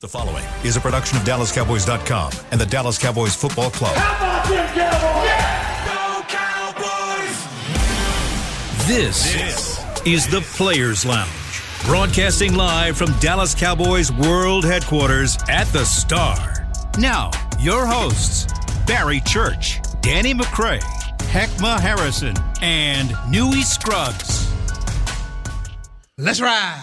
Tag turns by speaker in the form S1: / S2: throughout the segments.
S1: The following is a production of DallasCowboys.com and the Dallas Cowboys Football Club.
S2: about them Cowboys?
S3: Go Cowboys!
S4: This,
S1: This
S4: is the Players Lounge, broadcasting live from Dallas Cowboys World Headquarters at the Star. Now, your hosts, Barry Church, Danny McCray, Heckma Harrison, and Newey Scruggs.
S5: Let's ride.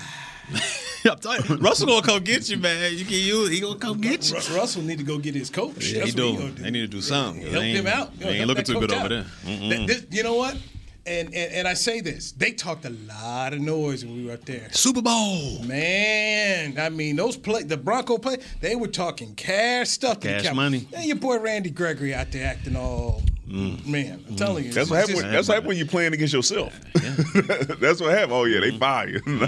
S5: I'm telling you, Russell gonna come get you, man. You can use. He gonna come get you.
S6: Ru- Russell need to go get his coach.
S5: Yeah,
S6: That's
S5: he
S6: what he
S5: do.
S6: gonna do.
S5: They need to do something.
S6: Help
S5: They
S6: him
S5: ain't-
S6: out.
S5: they ain't
S6: Help
S5: looking
S6: that
S5: too good
S6: coach
S5: over
S6: out.
S5: there. Mm-mm.
S6: Th- this- you know what? And, and and I say this. They talked a lot of noise when we were up there.
S5: Super Bowl.
S6: Man, I mean those play the Bronco play. They were talking cash stuff. to the
S5: Cash
S6: Cowboys.
S5: money. Mm.
S6: And your boy Randy Gregory out there acting all man. I'm telling you, it's
S7: That's what happened.
S6: just-
S7: When, that's what happened when you're playing against yourself. that's what happened. Oh yeah,
S8: Mm-hmm.
S7: they buy you. no,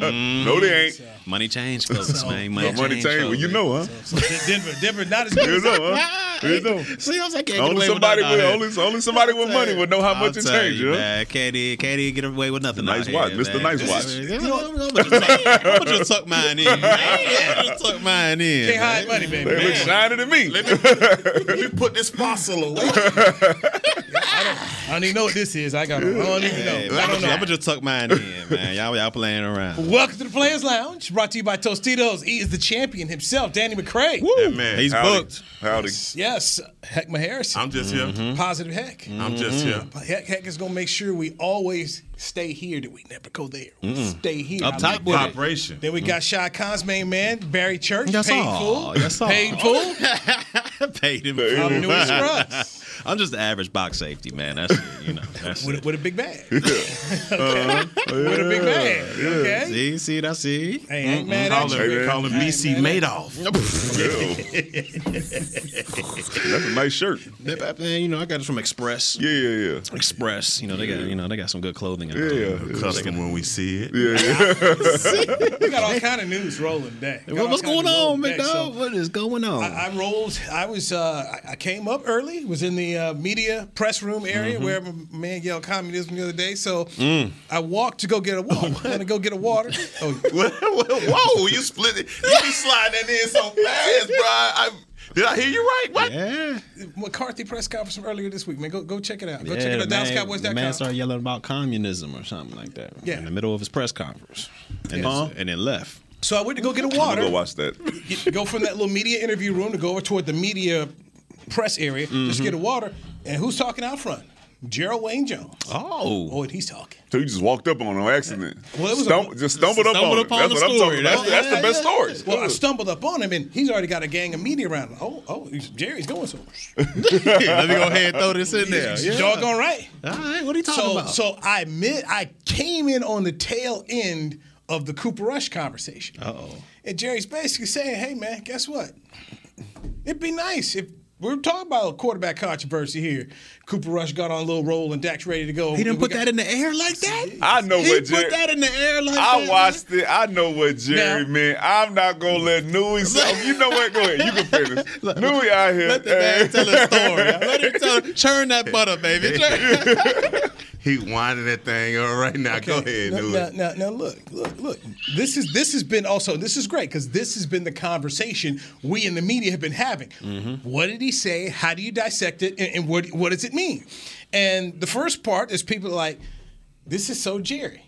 S7: no, they ain't.
S5: Money change clothes, man. Money,
S7: But money
S5: change.
S7: change. Well, you know, huh?
S6: So Den- Denver, Denver, not as good.
S7: You
S6: as-
S7: know, huh? You know.
S5: See, I was like, I can't get
S7: Only
S5: away
S7: somebody
S5: with
S7: with
S5: nothing out
S7: only,
S5: here.
S7: only somebody with
S5: I'll
S7: money
S5: tell
S7: would know how
S5: I'll
S7: much it
S5: tell
S7: changed.
S5: you,
S7: You know?
S5: man. Can't he- can't he get away with nothing.
S7: Nice
S5: out
S7: watch,
S5: here,
S7: Mr.
S5: man.
S7: Nice
S5: This
S7: Watch.
S5: is- You know, I'm gonna just tuck- I'm gonna just tuck mine in. man. I'm gonna tuck mine in.
S6: Can't
S5: man.
S6: hide money, baby.
S7: They look shiny to me.
S6: I don't even know what this is. I got. I don't even
S5: Hey,
S6: know.
S5: man,
S6: I
S5: I'm
S6: don't
S5: gonna-
S6: know.
S5: I'm gonna just tuck mine in, man. Y'all, y'all playing around.
S6: Welcome to the Players Lounge, brought to you by Tostitos. He is the champion himself, Danny McCray.
S7: That man,
S5: He's
S7: howdy,
S5: booked.
S7: Howdy. Mm-hmm.
S6: Yes, Heckma Harrison. Mm-hmm.
S8: I'm just here.
S6: Positive Heck.
S5: Mm-hmm.
S8: I'm just here.
S6: Heck, Heck is gonna make sure we always stay here. That we never go there. We stay here.
S5: Mm. Up
S6: I
S5: top
S6: like
S7: Mm-hmm.
S5: with
S6: that.
S5: it.
S8: Vibration.
S6: Then we got Shy Khan's main man, Barry Church.
S5: Yes, sir.
S6: painful.
S5: Yes, sir.
S6: Painful.
S5: Paid him.
S6: I'm
S5: I'm,
S6: new as Russ.
S5: I'm just the average box safety, man. That's it, you know. That's
S6: With,
S5: it.
S6: a- with a big bag.
S5: Uh-huh.
S6: With a big bag. Okay.
S5: See, see, that's see.
S6: Hey, I ain't mad at
S8: Call
S6: you.
S7: Hey,
S8: him,
S7: man.
S6: Rick.
S8: call him
S6: I ain't
S8: BC
S6: mad at
S8: Madoff.
S7: Yo. That's a nice shirt.
S5: You know, I got it from Express.
S7: Yeah, yeah, yeah.
S5: Express. You know, they got you know they got some good clothing. out there.
S7: Yeah,
S8: Custom when we see it.
S6: We got all kind of news rolling today. We got
S5: What- what's
S6: all
S5: going
S6: kind of
S5: on,
S6: news rolling today. So-
S5: McDowell? What is going on?
S6: I I rolled. I was. Uh, I- I came up early. Was in the uh, media press room area
S5: Mm-hmm.
S6: where my man yelled communism the other day. So
S5: Mm.
S6: I walked to go get a water. I'm gonna go get a water. Oh,
S8: Whoa, you split it. You be sliding that in so fast, bro. I, did I hear you right? What?
S5: yeah,
S6: McCarthy press conference from earlier this week, man. Go go check it out. Go
S5: yeah.
S6: check it out.
S5: the man, the man
S6: DallasCowboys.com.
S5: started yelling about communism or something like that
S6: Yeah.
S5: in the middle of his press conference, and, then, and then left.
S6: So I went to go get a
S7: I'm gonna
S6: water.
S7: go watch that.
S6: get- go from that little media interview room to go over toward the media press area.
S5: Mm-hmm.
S6: Just get a water. And who's talking out front? Gerald Wayne Jones.
S5: Oh,
S6: Oh, and he's talking.
S7: So you just walked up on an accident.
S6: Well, it was a-
S7: Stum- just stumbled up
S5: Stumbled
S7: on it.
S5: upon
S7: That's
S5: the
S7: what I'm
S5: story.
S7: talking about.
S5: That's-
S7: That's, that's the
S5: yeah,
S7: best
S5: yeah.
S7: stories.
S6: Well, I stumbled up on him, and he's already got a gang of media around him. Oh, oh, he's- Jerry's going somewhere.
S5: let me go ahead and throw this in there.
S6: He's
S5: Yeah.
S6: Doggone right.
S5: All right, what are you talking
S6: So,
S5: about?
S6: so I mid, I came in on the tail end of the Cooper Rush conversation.
S5: Uh-oh.
S6: And Jerry's basically saying, "Hey, man, guess what? It'd be nice if." We're talking about quarterback controversy here. Cooper Rush got on a little roll and Dak's ready to go.
S5: He didn't
S6: We
S5: put
S6: got-
S5: that in the air like that.
S7: I know
S5: he
S7: what
S5: put
S7: Jer-
S5: that in the air like that.
S7: I
S5: man.
S7: watched it. I know what Jerry
S6: Now-
S7: meant. I'm not gonna let Nui. say- You know what? Go ahead. You can finish. Nui out here.
S5: Let the
S7: Hey.
S5: man tell his story. Let him tell. Churn that butter, baby. Churn.
S8: He winding that thing up right now. Go ahead,
S6: now,
S8: do
S6: now,
S8: it.
S6: now, now look, look, look. This is this has been also this is great because this has been the conversation we in the media have been having.
S8: Mm-hmm.
S6: What did he say? How do you dissect it? And, and what what does it mean? And the first part is people are like, this is so Jerry.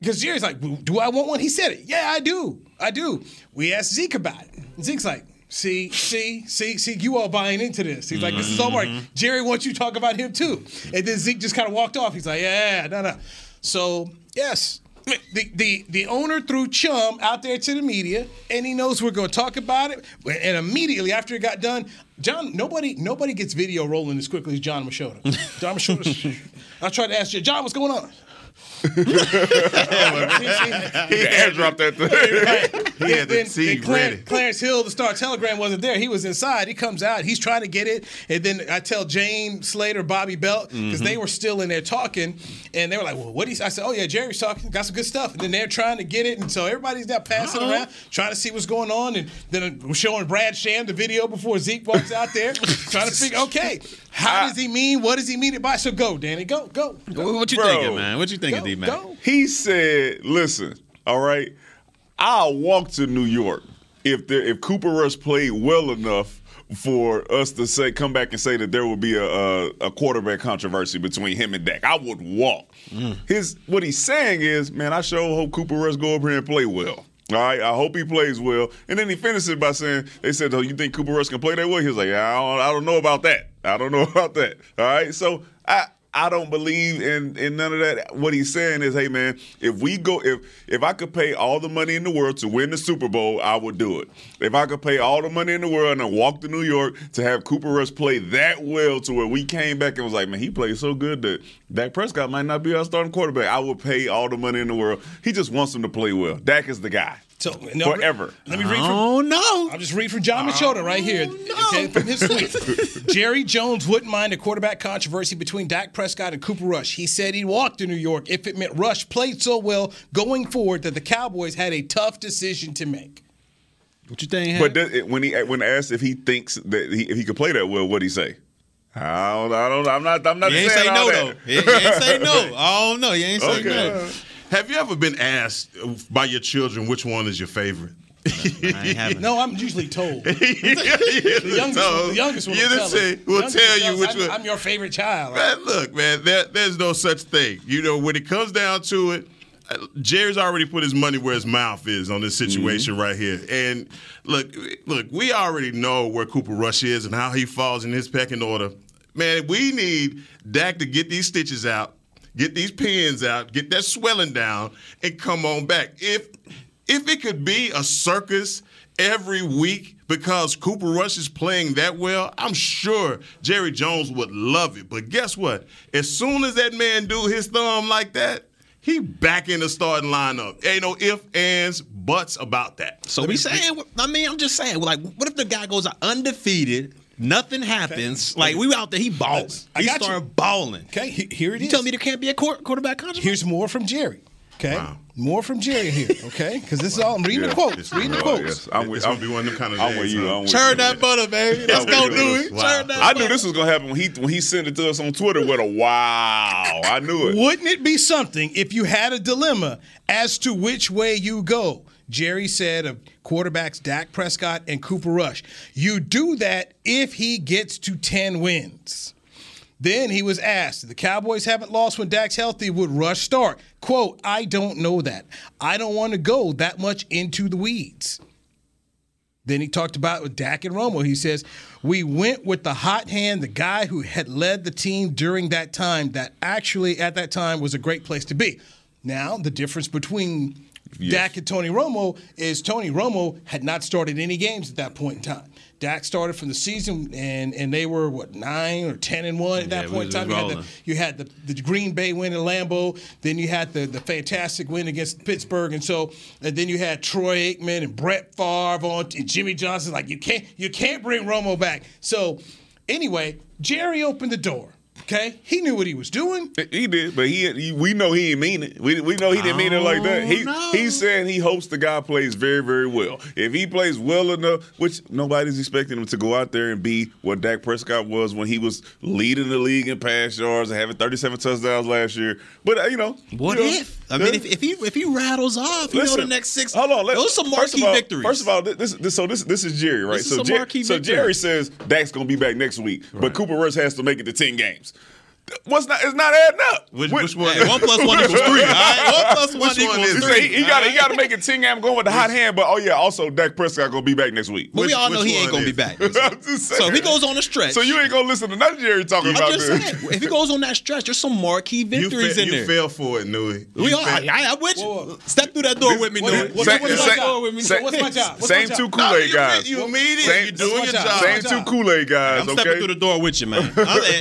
S6: Because Jerry's like, "Well, do I want one? He said it. Yeah, I do. I do. We asked Zeke about it. And Zeke's like, see, see, see, see, you all buying into this. He's like, this is all right. Jerry wants you to talk about him too. And then Zeke just kind of walked off. He's like, yeah, no, no. So, yes. The, the the owner threw Chum out there to the media, and he knows we're going to talk about it. And immediately after it got done, John nobody nobody gets video rolling as quickly as John Machado. John Machado, I tried to ask you, John, what's going on?
S7: He can airdrop that thing.
S8: He had the
S6: then,
S8: tea
S6: then Clarence,
S8: ready.
S6: Clarence Hill, the Star Telegram, wasn't there. He was inside. He comes out. He's trying to get it. And then I tell Jane Slater, Bobby Belt, because they were still in there talking, and they were like, "Well, what?" do you-" I said, "Oh yeah, Jerry's talking. Got some good stuff." And then they're trying to get it, and so everybody's now passing around, trying to see what's going on, and then uh, we're showing Brad Sham the video before Zeke walks out there, trying to figure, okay, how does he mean? What does he mean it by? So go, Danny, go, go, go,
S5: What you
S7: Bro.
S5: thinking, man? What you thinking, D man?
S6: go.
S7: He said, "Listen, all right, I'll walk to New York if there, if Cooper Rush played well enough for us to say come back and say that there would be a, a, a quarterback controversy between him and Dak, I would walk. His what he's saying is, man, I sure hope Cooper Rush go up here and play well. All right, I hope he plays well. And then he finishes by saying, they said, oh, you think Cooper Rush can play that well? He was like, yeah, I don't, I don't know about that. I don't know about that. All right, so I. I don't believe in in none of that. What he's saying is, hey man, if we go, if if I could pay all the money in the world to win the Super Bowl, I would do it. If I could pay all the money in the world and then walk to New York to have Cooper Rush play that well to where we came back and was like, man, he played so good that Dak Prescott might not be our starting quarterback. I would pay all the money in the world. He just wants him to play well. Dak is the guy.
S6: So, now,
S7: Forever.
S6: Let me read from
S5: Oh no!
S6: I'll just read from John Machado right here. Okay, from his tweet. Jerry Jones wouldn't mind a quarterback controversy between Dak Prescott and Cooper Rush. He said he'd walk to New York if it meant Rush played so well going forward that the Cowboys had a tough decision to make.
S5: What you think?
S7: But does, when he when asked if he thinks that he, if he could play that well, what'd he say? I don't. I don't. I'm not. I'm not.
S5: you ain't
S7: saying
S5: say
S7: all
S5: no
S7: that.
S5: though. You you ain't say no. I don't know. You ain't say
S7: Okay.
S5: no.
S8: Have you ever been asked by your children which one is your favorite?
S5: I ain't having
S6: No, I'm usually told.
S8: the
S6: The youngest, one, the youngest one
S8: you
S6: will
S8: didn't
S6: tell,
S8: say-
S6: us. The
S8: will
S6: youngest
S8: tell you
S6: tells
S8: which
S6: us,
S8: one.
S6: I'm, I'm your favorite child.
S8: Man, look, man, there, there's no such thing. You know, when it comes down to it, uh, Jerry's already put his money where his mouth is on this situation right here. And look, look, we already know where Cooper Rush is and how he falls in his pecking order. Man, we need Dak to get these stitches out, get these pins out, get that swelling down, and come on back. If if it could be a circus every week because Cooper Rush is playing that well, I'm sure Jerry Jones would love it. But guess what? As soon as that man do his thumb like that, he back in the starting lineup. Ain't no ifs, ands, buts about that.
S5: So we saying, I mean, I'm just saying, like, what if the guy goes undefeated, nothing happens, like we out there, he balls,
S6: I
S5: he
S6: got you.
S5: started balling.
S6: Okay, he- here it is.
S5: You tell me there can't be a quar- quarterback controversy?
S6: Here's more from Jerry. Okay. More from Jerry here. Okay. Because this is all, I'm reading the
S7: Yeah.
S6: quotes. Reading the
S7: Oh,
S6: quotes.
S7: yes. I'm with,
S8: It's
S7: I'm,
S8: gonna be one of them kind of
S7: I'm
S8: days,
S7: with you.
S8: huh?
S7: I'm with you.
S5: Turn that butter, baby. Let's
S7: Yeah,
S5: go
S7: we
S5: do
S7: do
S5: it.
S8: this.
S5: Turn that.
S7: I knew
S5: butter.
S7: this was gonna happen when he when he sent it to us on Twitter with a wow. I knew it.
S6: Wouldn't it be something if you had a dilemma as to which way you go? Jerry said of quarterbacks Dak Prescott and Cooper Rush. You do that if he gets to 10 wins. Then he was asked, the Cowboys haven't lost when Dak's healthy. Would Rush start? Quote, I don't know that. I don't want to go that much into the weeds. Then he talked about with Dak and Romo. He says, We went with the hot hand, the guy who had led the team during that time, that actually at that time was a great place to be. Now, the difference between Dak and Tony Romo is Tony Romo had not started any games at that point in time. Dak started from the season, and, and they were, what, nine or 10 and one at that
S5: Yeah, we
S6: point in time?
S5: was
S6: You had, the,
S5: rolling.
S6: you had the, the Green Bay win in Lambeau. Then you had the, the fantastic win against Pittsburgh, and so and then you had Troy Aikman and Brett Favre on and Jimmy Johnson. Like you can't you can't bring Romo back. So anyway, Jerry opened the door. Okay, he knew what he was doing.
S7: He did, but he, he- we know he didn't mean it. We, we know he didn't mean it like
S5: Oh,
S7: that. He he's saying he hopes the guy plays very very well. If he plays well enough, which nobody's expecting him to go out there and be what Dak Prescott was when he was leading the league in pass yards and having 37 touchdowns last year. But uh, you know,
S5: What
S7: you know,
S5: if? I mean, if, if he if he rattles off, you know, the next six.
S7: Hold on, let-
S5: those some
S7: first of
S5: marquee
S7: all-
S5: victories.
S7: First of all, thi- this, this so this this is Jerry, right?
S5: This is
S7: so
S5: a
S7: Jer-
S5: marquee
S7: so
S5: victory.
S7: Jerry says Dak's gonna be back next week, but Cooper Rush has to make it to ten games. Th- What's not? It's not adding up.
S8: Which,
S7: What-
S8: which one?
S5: hey, one plus one equals three. All right, one plus one
S8: Which one
S5: equals
S8: is
S7: He
S8: it?
S5: three.
S7: said he, got he got to make it ten game going with the hot hand, but oh yeah, also Dak Prescott gonna be back next week.
S5: But
S8: Which-
S5: we all know
S8: which
S5: he ain't gonna
S8: one
S5: be
S8: is-
S5: back.
S7: I'm just
S5: So if he
S7: saying.
S5: goes on a stretch,
S7: So you ain't gonna listen to none Jerry talking
S5: I'm
S7: about
S5: just
S7: this.
S5: saying, if he goes on that stretch, there's some marquee
S8: You,
S5: victories
S8: fe-
S5: in there.
S8: you fell for it, Nui.
S5: we
S8: You
S5: all, I,
S8: fell-
S5: I, I'm with you.
S6: Whoa, whoa.
S5: Step through that door with me,
S6: what-
S5: Noah.
S6: what-
S5: Step
S6: what-
S5: through
S6: what's
S5: that
S6: my
S5: door.
S6: job with me? So what's my job? What's
S7: Same
S6: my
S7: two
S6: job?
S7: Kool Aid
S8: you-
S7: guys.
S8: you mean it.
S7: Same-
S8: You're doing
S6: your job.
S7: Same
S6: What's
S7: two
S6: up?
S7: Kool Aid guys.
S5: I'm
S7: okay.
S5: stepping through the door with you, man. I'm-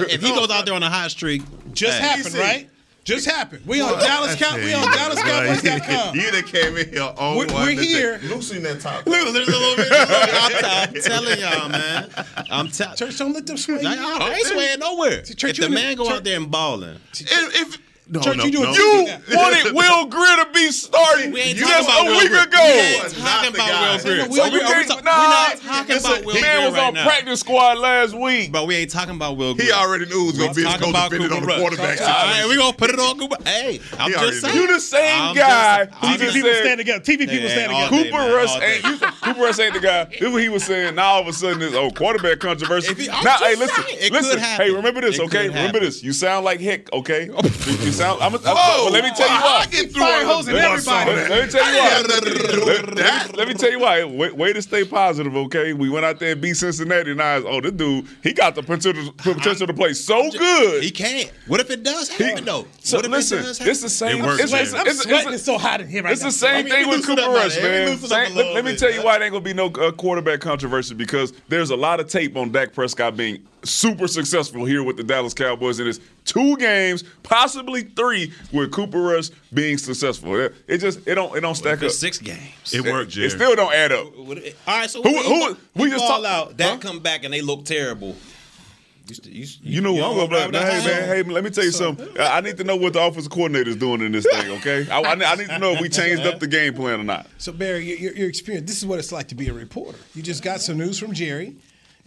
S5: if he goes out there on a hot streak,
S6: Just
S5: hey,
S6: happened, right? Just happened. We on Dallas Cow- We on
S8: Right.
S6: DallasCowboys.com.
S8: You done came in here on
S6: We're-
S8: one.
S6: we're
S8: that day.
S6: here.
S8: Loosen that top.
S5: Look, there's a little bit. I'm, I'm telling y'all, man. I'm telling.
S6: Church, don't let them sway. you.
S5: I, I ain't swaying nowhere.
S6: Church,
S5: if the
S6: you-
S5: man go
S6: Church-
S5: out there and balling,
S8: If, if No,
S6: Church,
S8: no,
S6: you doing
S8: no.
S6: too
S7: You
S6: much now.
S7: wanted Will Greer to be starting
S5: We ain't
S7: just
S5: talking about
S7: a
S5: Will
S7: week
S5: Greer.
S7: ago.
S5: We ain't
S8: That's not
S5: talking
S8: the
S5: about
S8: guy.
S5: Will Greer.
S6: No, we
S5: So
S6: are-
S5: you
S6: are we
S5: can't-
S6: talk-
S5: we're not talking
S7: it's a-
S5: about Will
S7: the
S5: Greer
S7: man was
S5: right
S7: on
S5: now.
S7: practice squad last week.
S5: But we ain't talking about Will Greer.
S8: He already knew it was going to be his
S5: talking
S8: co-defendant on
S5: Cooper
S8: the
S5: Rush.
S8: quarterback
S5: All right,
S8: situation.
S5: we gonna put it on Cooper. Hey, I'm
S8: He already
S5: just saying.
S8: knew.
S7: You the same
S5: I'm
S7: guy
S5: just- I'm
S7: who just
S5: just-
S6: People
S7: said-
S6: stand together. TV people
S5: Yeah,
S6: stand
S5: all
S6: together.
S5: day.
S7: Cooper
S5: man,
S7: Rush
S5: all
S7: ain't
S5: day.
S7: you, Cooper Rush ain't the guy. This is what he was saying. Now all of a sudden this oh quarterback controversy.
S5: If he- I'm
S7: now
S5: just
S7: hey listen,
S5: saying, it
S7: listen.
S5: could happen.
S7: Hey remember this,
S5: It could
S7: okay? Remember
S5: happen. Oh.
S7: this. You sound like Hick, okay? you you sound. I'm. a- I'm
S8: Whoa,
S7: but let me tell you
S8: I
S7: why.
S8: get through
S6: Fire
S8: all the
S6: hosing
S8: boys
S6: everybody.
S7: Let,
S8: on that.
S7: let me tell you why. let,
S8: That-
S7: let- let me tell you why. Way, way to stay positive, okay? We went out there and beat Cincinnati, and I was, oh, this dude, he got the potential, potential to play so good.
S5: He can't. What if it does happen though?
S7: so
S5: what if
S7: listen,
S5: it does happen?
S7: it's the same.
S8: It works,
S7: it's,
S8: man.
S7: it's,
S6: I'm
S7: it's, it's,
S6: sweating so hot in here right
S7: it's
S6: now.
S7: the same
S5: I mean,
S7: thing
S5: we
S7: with
S5: loosen up
S7: Cooper
S5: now,
S7: Rush,
S5: man. We
S7: man.
S5: loosen up
S7: Same-
S5: a
S7: let,
S5: little
S7: let me
S5: bit,
S7: tell you
S5: man.
S7: why it ain't gonna be no uh, quarterback controversy because there's a lot of tape on Dak Prescott being super successful here with the Dallas Cowboys, and it's two games, possibly three, with Cooper Rush being successful. It, it just it don't it don't stack up.
S5: It's six games.
S8: It worked, Jerry.
S7: It still don't add up.
S5: What if- all right, so
S7: Who-
S5: we-
S7: who- we
S5: we
S7: just
S5: fall
S7: talk-
S5: out. That
S7: Huh?
S5: come back and they look terrible. You, st- you, you-
S7: You know
S5: you
S7: what I'm
S5: don't
S7: gonna be
S5: ride
S7: like,
S5: with
S7: hey
S5: that
S7: man, hey, let me tell you something. I I need to know what the offensive coordinator is doing in this thing, okay? I, I need- I need to know if we changed up the game plan or not.
S6: So Barry, your, your, your experience. This is what it's like to be a reporter. You just got some news from Jerry,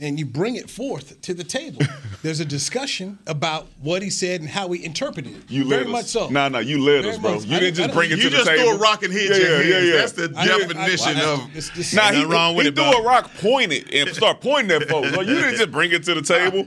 S6: and you bring it forth to the table. There's a discussion about what he said and how we interpreted it.
S7: You
S6: very
S7: led
S6: much
S7: us.
S6: so.
S7: Nah, nah, you led
S6: Very
S7: us, bro.
S6: much.
S7: You
S6: I
S7: didn't
S6: didn't- I
S7: just bring it
S6: didn't-
S7: to
S8: You
S7: the
S8: just
S7: table.
S8: threw a rock and hit
S7: yeah,
S8: your
S7: yeah,
S8: hands.
S7: yeah.
S8: That's the
S6: I didn't- I-
S8: definition
S6: I-
S8: of.
S6: this- this-
S7: Nah,
S6: Ain't
S7: he,
S6: nothing
S5: wrong with
S7: he
S5: it,
S7: threw
S5: bro.
S7: a rock, pointed, and start pointing at folks. Like, you didn't just bring it to the table.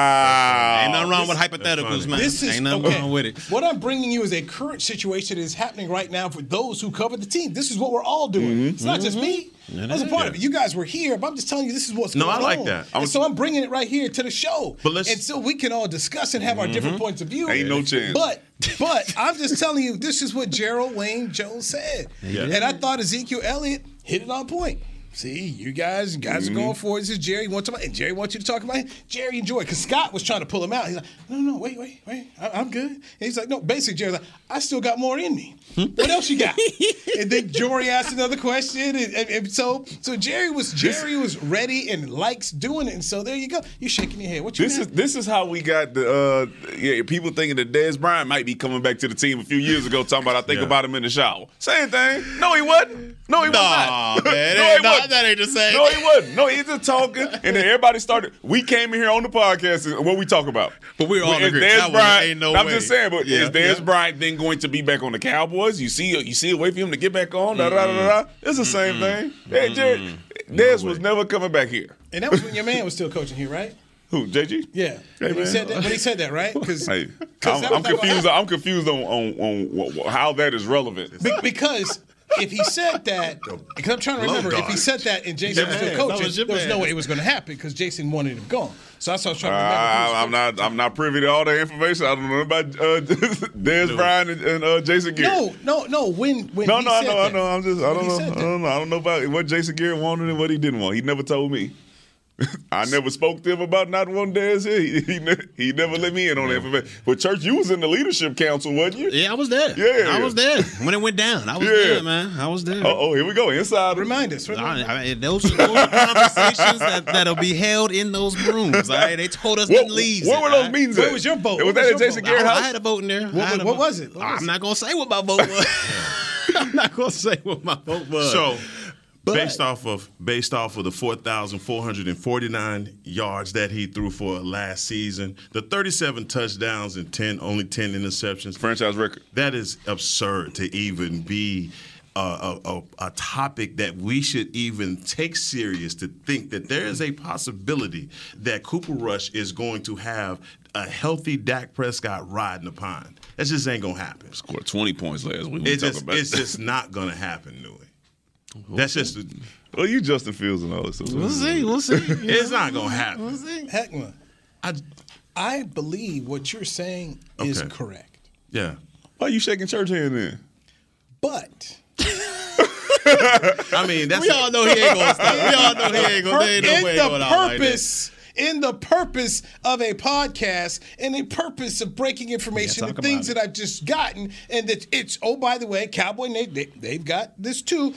S7: Wow.
S5: Ain't nothing wrong with hypotheticals, man.
S6: This is
S5: Ain't nothing
S6: okay.
S5: wrong with it.
S6: What I'm bringing you is a current situation that is happening right now for those who cover the team. This is what we're all doing.
S8: Mm-hmm.
S6: It's not
S5: Mm-hmm.
S6: just me. I was a part of it. You guys were here, but I'm just telling you this is what's
S8: No,
S6: going on.
S8: I like that. I
S6: And
S8: was-
S6: so I'm bringing it right here to the show.
S8: But let's- Mm-hmm.
S6: and so we can all discuss and have our different points of view.
S7: Ain't no chance.
S6: But but I'm just telling you, this is what Gerald Wayne Jones said.
S8: Yeah.
S6: And I thought Ezekiel Elliott hit it on point. See, you guys, you guys are going
S7: Mm-hmm.
S6: for it. This is Jerry wants to, and Jerry wants you to talk about it. Jerry enjoyed because Scott was trying to pull him out. He's like, no, no, wait, wait, wait, I, I'm good. And he's like, no, basically, Jerry's like, I still got more in me.
S7: Hmm?
S6: What else you got? and then Jory asked another question, and, and- and so so Jerry was Jerry was ready and likes doing it. And so there you go. You shaking your head. What you
S7: This
S6: got?
S7: is this is how we got the uh, yeah, people thinking that Dez Bryant might be coming back to the team a few years ago, talking about I think
S8: Yeah.
S7: about him in the shower. Same thing. No, he wasn't. No, he was
S5: Nah, man,
S7: not.
S5: it
S7: no, he
S5: ain't- nah,
S7: wasn't.
S5: that ain't the same.
S7: No, he wasn't. No, he's just talking, and then everybody started. We came in here on the podcast, and what we talk about?
S5: But we were all in
S7: Is
S5: agreement.
S7: Dez
S5: That one
S7: Bryant-
S5: ain't no
S7: I'm
S5: way.
S7: just saying, but
S5: Yeah,
S7: is Dez
S5: yeah.
S7: Bryant then going to be back on the Cowboys? You see, you see a way for him to get back on. Da, da, da, da, da. It's the same thing. Hey, Jared, Dez was never coming back here.
S6: and that was when your man was still coaching here, right?
S7: Who? JG?
S6: Yeah.
S7: Hey,
S6: when he
S7: man.
S6: said that, when he said that, right? Because
S7: Hey,
S6: that
S7: I'm,
S6: was
S7: I'm
S6: like what
S7: confused.
S6: happened.
S7: I'm confused on on, on wh- wh- how that is relevant.
S6: because if he said that, because I'm trying to
S8: Low
S6: remember, if he
S8: dog.
S6: said that and Jason was
S5: Yeah,
S6: still
S5: that
S6: coaching,
S5: was your
S6: there was no
S5: man.
S6: way it was going to happen because Jason wanted him gone. So that's what I was trying
S7: Uh,
S6: to remember.
S7: I'm not. I'm not privy to all that information. I don't know about uh, Dez Bryant and, and uh, Jason Garrett.
S6: no, no, no. When when
S7: No,
S6: he
S7: no, I
S6: said
S7: know, I
S6: that-
S7: know. I'm just, I
S6: when
S7: don't
S6: he
S7: know,
S6: said
S7: I
S6: that-
S7: don't know. I don't know about what Jason Garrett wanted and what he didn't want. He never told me. I never spoke to him about not wanting Dez here. He, he, ne- he never let me in on that information. But church, you was in the leadership council, wasn't you?
S5: Yeah, I was there.
S7: Yeah.
S5: I was there when it went down. I was
S7: Yeah.
S5: there, man. I was there.
S7: Uh oh, here we go. Inside.
S6: Remind us. Remind
S5: I, I, those, those are conversations that, that'll be held in those rooms. All right, they told us
S7: What,
S5: didn't leave.
S7: where were those meetings
S6: Where
S7: at?
S6: was your vote?
S7: Was
S6: What
S7: that
S6: was
S7: at
S6: your
S7: Jason
S6: vote?
S7: Garrett
S5: Oh, I,
S7: house?
S5: I had a vote in there. I had a
S6: what
S5: vote.
S6: was it? What was
S5: I'm
S6: it?
S5: not gonna say what my vote was. I'm not gonna say what my vote was.
S8: So,
S5: But-
S8: based off of based off of the four thousand four hundred and forty nine yards that he threw for last season, the thirty seven touchdowns and ten only ten interceptions.
S7: Franchise record.
S8: That is absurd to even be a, a, a, a topic that we should even take serious to think that there is a possibility that Cooper Rush is going to have a healthy Dak Prescott riding the pond. That just ain't gonna happen.
S7: Scored 20 points last week.
S8: It's just, it's just not gonna happen, Nui. That's just
S7: well, you Justin Fields and all this. Stuff.
S5: we'll see. We'll see.
S8: it's not gonna happen.
S6: Heckman,
S8: I,
S6: I believe what you're saying is
S8: Okay.
S6: correct,
S8: yeah.
S7: Why you shaking church hand then?
S6: but
S8: I mean that's
S5: We all know he ain't gonna stop. We all know he ain't gonna. There ain't
S6: in
S5: no way
S6: the
S5: going out like that.
S6: purpose in the purpose of a podcast and the purpose of breaking information
S5: Yeah,
S6: and
S5: talk
S6: things
S5: about it.
S6: that I've just gotten and that it's oh by the way Cowboy Nate they, they've got this too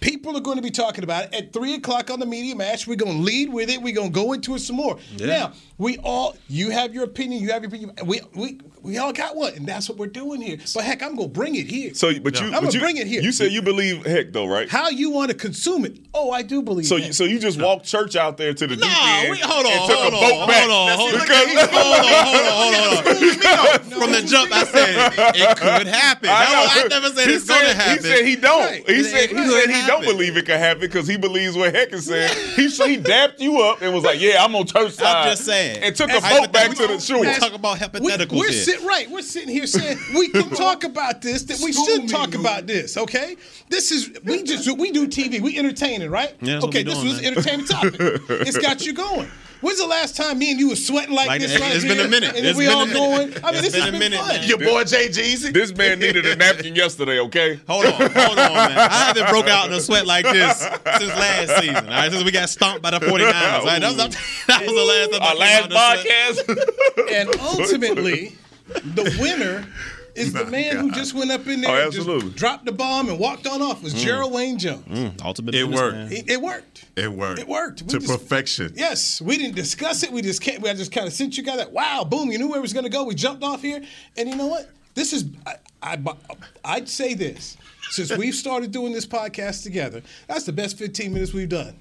S6: People are going to be talking about it at three o'clock on the media match. We're going to lead with it. We're going to go into it some more. Now we all, you have your opinion. You have your opinion. We we we all got one, and that's what we're doing here. But heck, I'm going to bring it here.
S7: So, but you,
S6: I'm
S7: but
S6: gonna
S7: you,
S6: bring it here.
S7: You said you believe heck though, right?
S6: how you want to consume it. Oh, I do believe.
S7: So
S6: that.
S7: you, so you just walked church out there to the deep end
S5: we- hold on,
S7: and took
S5: hold
S7: a
S5: on,
S7: boat
S5: hold
S7: back.
S5: on,
S7: That's
S5: hold on.
S7: because-
S5: Hold on, hold on, hold on. From the jump, I said it could happen.
S7: I
S5: That was- I
S7: know.
S5: never said
S7: He
S5: it's going to
S7: said-
S5: happen.
S7: He said he don't.
S6: Right.
S7: He
S5: It-
S7: said
S5: it
S7: he
S5: could
S7: said he don't
S5: happen.
S7: believe it could happen because he believes what Heck is saying. He said he dapped you up and was like, "Yeah, I'm on church side."
S5: I'm just saying.
S7: And took a
S5: Hypothetical-
S7: boat back to the shore.
S5: We talk about
S6: We,
S5: hypotheticals.
S6: we're
S5: here.
S6: sit, right. We're sitting here saying we can talk about this. That we
S5: School
S6: should
S5: me,
S6: talk
S5: dude.
S6: about this. Okay. This is we just we do TV. We entertaining, right?
S5: Yeah, that's what
S6: okay.
S5: we
S6: This
S5: doing,
S6: was
S5: man.
S6: entertainment topic. it's got you going. When's the last time me and you was sweating like,
S5: Like,
S6: this?
S5: it's-
S6: right
S5: it's
S6: here,
S5: been a minute.
S6: And
S5: It's
S6: we
S5: been a
S6: all
S5: minute.
S6: going. I mean, this
S5: It's been
S6: has
S5: a
S6: been
S5: minute,
S6: fun.
S5: man.
S8: Your boy Jay Jeezy.
S7: This man needed a napkin yesterday. Okay.
S5: Hold on, hold on, man. I haven't broke out in a sweat like this since last season. All right, since we got stomped by the 49ers. All right, that, was, that was the last time I
S7: Our
S5: came
S7: last
S5: out in a sweat.
S7: podcast.
S6: And ultimately, the winner is the man who just went up in there,
S7: Oh,
S6: and
S7: absolutely.
S6: just dropped the bomb and walked on off. Was
S5: Mm.
S6: Gerald Wayne Jones?
S5: Ultimate
S8: It
S5: fitness,
S8: worked.
S5: man.
S6: It, it worked.
S8: It worked.
S6: It worked. We
S8: to
S6: just-
S8: perfection.
S6: Yes, we didn't discuss it. We just can't. I just kind of sent you guys that. Wow, boom! You knew where it was going to go. We jumped off here, and you know what? This is. I, I bu- I'd say this since we've started doing this podcast together. That's the best 15 minutes we've done.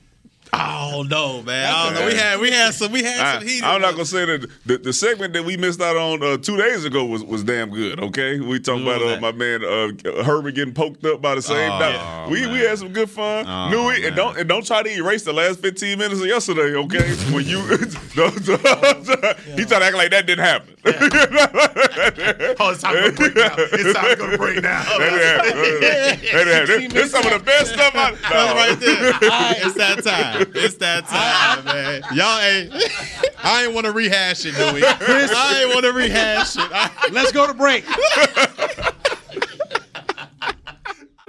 S5: I don't know, man. I don't know. We had we had some we had
S7: I,
S5: some heat.
S7: am Ah, not gonna say that the, the segment that we missed out on uh, two days ago was, was damn good. Okay, we talked
S5: Who
S7: about
S5: was
S7: uh,
S5: that?
S7: my man uh, Herbie getting poked up by the same.
S5: Oh,
S7: dog.
S5: yeah.
S7: we we had some good fun.
S5: Oh,
S7: Knew it, and
S5: man.
S7: don't and don't try to erase the last 15 minutes of yesterday. Okay, when you don't- he tried to act like that didn't happen.
S8: Oh, it's time to break now. It's time to break
S7: That
S8: now.
S7: didn't happen. That didn't happen. This- This some of the best stuff. I,
S5: That's
S7: no.
S5: right there. it's that time. It's that time, man. Y'all ain't. I ain't want to rehash it, Dewey. I ain't want to rehash it. I-
S6: Let's go to break.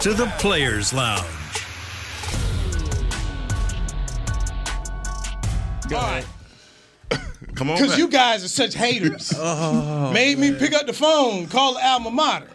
S4: To the Players Lounge.
S6: All right.
S8: Come on.
S6: Because
S8: back.
S6: you
S5: Oh,
S6: guys are such haters. Made me pick up the phone, call the alma mater.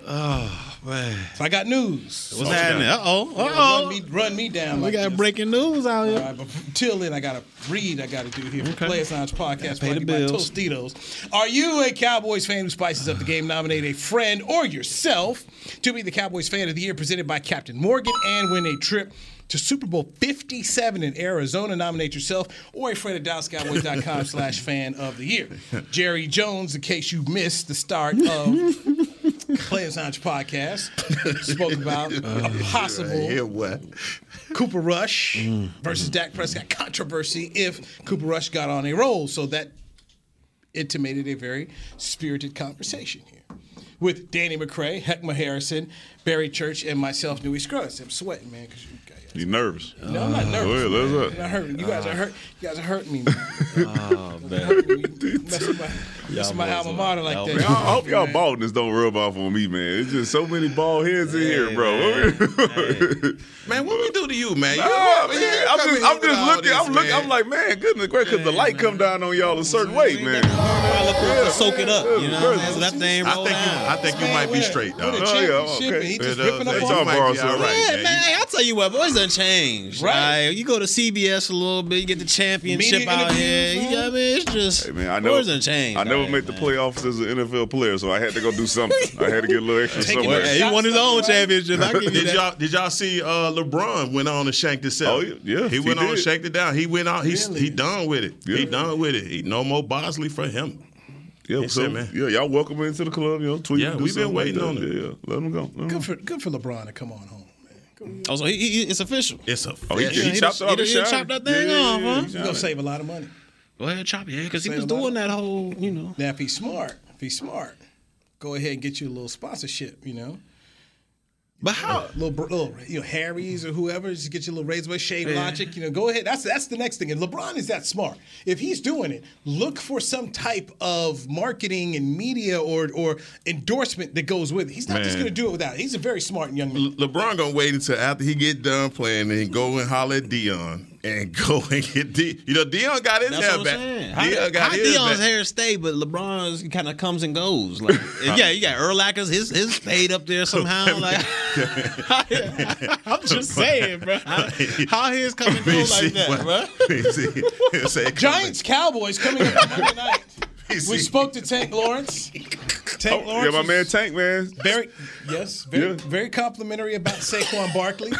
S6: So I got news.
S5: What's happening? Uh-oh,
S6: Yeah,
S5: uh-oh.
S6: Run me, run me down.
S5: We
S6: like
S5: got
S6: this.
S5: breaking news out
S6: All
S5: here.
S6: right, but till then, I got to read. I got to do here for
S5: Okay.
S6: Players Lounge
S5: Gotta
S6: Podcast.
S5: pay
S6: brought
S5: the
S6: to you by
S5: bills.
S6: Tostitos. Are you a Cowboys fan who spices up the game? Nominate a friend or yourself to be the Cowboys fan of the year, presented by Captain Morgan, and win a trip to Super Bowl 57 in Arizona. Nominate yourself or a friend at DallasCowboys.com slash fan of the year. Jerry Jones, in case you missed the start of Players Lounge Podcast, spoke about a possible
S8: Hear what?
S6: Cooper Rush
S7: Mm.
S6: versus Dak Prescott controversy if Cooper Rush got on a roll. So that intimated a very spirited conversation here with Danny McCray, Heckma Harrison, Barry Church, and myself, Newey Scruggs. I'm sweating, man, because you guys.
S7: You nervous?
S6: No, I'm not nervous.
S7: Well, Oh,
S6: man.
S7: that's it.
S6: You're not hurting. You guys are hurt. You guys are hurting me. Oh man, messing my, messing my
S5: boys
S6: alma
S5: are-
S6: mater like
S5: y'all
S6: that.
S5: boys
S7: I hope y'all baldness don't rub off on me, man. It's just so many bald heads in here, bro.
S8: Man, what we do to you, man? You-
S7: Nah,
S8: you
S7: man, I'm
S8: come
S7: just,
S8: in
S7: I'm
S8: here with
S7: just
S8: all
S7: looking.
S8: this,
S7: I'm looking.
S8: man.
S7: I'm like, man, goodness gracious, because the light come down on y'all a certain way, man.
S5: Yeah, soak it up. You know what I'm saying? So that thing
S8: I
S5: roll
S8: think you, I
S5: down.
S8: think you might be straight,
S6: What a
S8: dog.
S7: Oh, yeah,
S6: championship,
S7: okay.
S6: and he
S8: Yeah,
S6: just
S8: dog,
S6: ripping
S8: that
S6: up
S7: It's
S8: you
S7: all
S6: on
S8: might
S6: me.
S7: borrowed
S8: be all
S7: silver.
S8: right,
S5: Yeah,
S8: man.
S5: man. I'll tell you what, boys done changed.
S6: Right.
S5: Like, you go to CBS a little bit, you get the championship
S6: Media
S5: out here.
S6: interviews,
S5: You know what I mean? It's just
S7: Hey, man, I know.
S5: boys done changed.
S7: I never
S5: Like,
S7: made the
S5: man.
S7: playoffs as an NFL player, so I had to go do something. I had to get a little extra
S6: Take it
S7: somewhere.
S5: Hey, he won his own championship. I give you
S8: Did
S5: that.
S8: y'all did y'all see uh, LeBron went on and shanked himself?
S7: Oh, yeah, yeah,
S8: he
S7: he
S8: went on and
S7: did.
S8: shanked it down. He went out. He he
S6: Really?
S8: done with it. He
S7: Yeah.
S8: done with it. He, no more Bosley for him.
S7: Yeah,
S8: Yes,
S7: so,
S8: sir, man.
S7: yeah, y'all welcome into the club. You know, tweet.
S8: Yeah,
S7: do
S8: we've been
S7: something
S8: waiting
S7: like
S8: on
S7: that.
S8: it.
S7: Yeah, yeah. let them go. Let 'em
S6: Good for good for LeBron to come on home. Man. Good.
S5: Oh, so he, he, it's official.
S8: It's a
S7: Oh, he,
S8: yeah,
S7: he
S5: he
S7: chopped
S5: just-
S7: off
S5: he
S7: his
S5: just
S7: shot.
S5: chopped that thing
S7: Yeah,
S5: off,
S7: yeah,
S5: huh?
S7: he
S5: He
S6: He's
S7: chopped
S6: gonna
S7: it.
S6: save a lot of money.
S5: Well, yeah, chop, yeah, because he
S6: Say
S5: was
S6: it about
S5: doing
S6: it.
S5: that whole, you know.
S6: Now, if he's smart, if he's smart, go ahead and get you a little sponsorship, you know?
S5: But how?
S6: Little, br- little you know, Harry's or whoever, just get you a little Razorback Shave Logic, you know, go ahead. That's that's the next thing. And LeBron is that smart. If he's doing it, look for some type of marketing and media or or endorsement that goes with it. He's not just
S8: Man.
S6: going to do it without it. He's a very smart young man.
S8: Le- LeBron gonna wait until after he get done playing and go and holler at Dion and go and get D. You know Dion got his
S5: That's
S8: hair
S5: what I'm
S8: back.
S5: saying. How,
S8: Dion uh, got
S5: how
S8: his
S5: Dion's
S8: back.
S5: hair stay, but LeBron's kind of comes and goes. Like, yeah, you got Erlacher's, his his stayed up there somehow. Like, I'm just saying, bro. How, how his come and go like that, bro?
S8: bro.
S6: Giants Cowboys coming up Monday night. We
S8: PC.
S6: spoke to Tank Lawrence. Tank
S7: Oh, yeah,
S6: Lawrence.
S7: my
S6: was-
S7: man Tank, man.
S6: Very yes, very,
S7: Yeah.
S6: very complimentary about Saquon Barkley,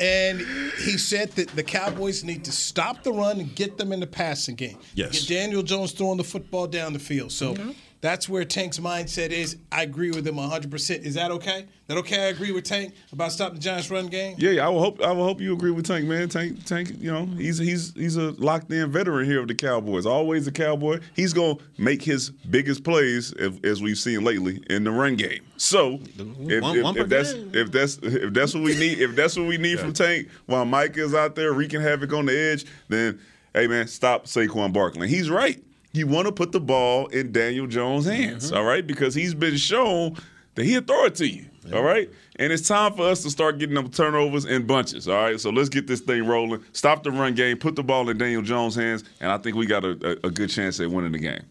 S6: and he said that the Cowboys need to stop the run and get them in the passing game.
S8: Yes.
S6: get Daniel Jones throwing the football down the field. So that's where Tank's mindset is. I agree with him 100. percent Is that okay? That okay? I agree with Tank about stopping the Giants' run game.
S7: Yeah, yeah, I will hope I will hope you agree with Tank, man. Tank, Tank, you know, he's he's he's a locked in veteran here of the Cowboys. Always a Cowboy. He's gonna make his biggest plays if, as we've seen lately in the run game. So if,
S5: One-
S7: if-
S5: one
S7: if
S5: per
S7: that's
S5: game.
S7: if that's if that's what we need if that's what we need from Tank while Mike is out there wreaking havoc on the edge, then hey man, stop Saquon Barkley. He's right. You want to put the ball in Daniel Jones' hands,
S5: Mm-hmm.
S7: all right? Because he's been shown that he'll throw it to you. All right. And it's time for us to start getting them turnovers in bunches. All right. So let's get this thing rolling. Stop the run game. Put the ball in Daniel Jones' hands. And I think we got a, a, a good chance at winning the game.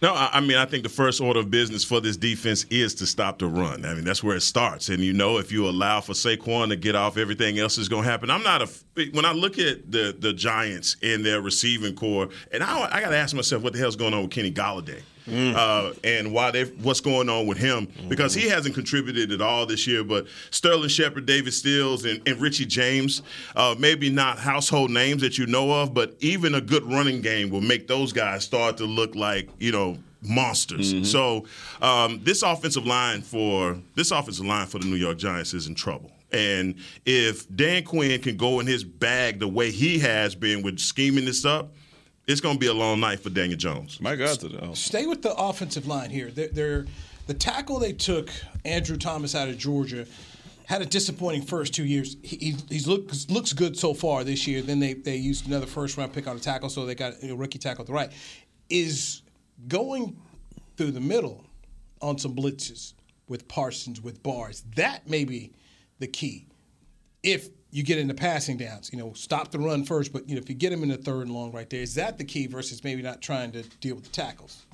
S8: No, I, I mean, I think the first order of business for this defense is to stop the run. I mean, that's where it starts. And you know, if you allow for Saquon to get off, everything else is going to happen. I'm not a when I look at the the Giants and their receiving core, and I, I got to ask myself what the hell's going on with Kenny Galladay. Uh, and why they what's going on with him because he hasn't contributed at all this year. But Sterling Shepard, David Stills, and, and Richie James, uh, maybe not household names that you know of, but even a good running game will make those guys start to look like you know monsters. So um, this offensive line for this offensive line for the New York Giants is in trouble. And if Dan Quinn can go in his bag the way he has been with scheming this up, it's going to be a long night for Daniel Jones.
S7: My God, to the
S6: Stay with the offensive line here. They're, they're, the tackle they took, Andrew Thomas out of Georgia, had a disappointing first two years. He, he he's looks looks good so far this year. Then they, they used another first round pick on a tackle, so they got a rookie tackle at the right. Is going through the middle on some blitzes with Parsons, with bars. That may be the key if you get into passing downs, you know, stop the run first. But you know, if you get him in the third and long right there, is that the key versus maybe not trying to deal with the tackles?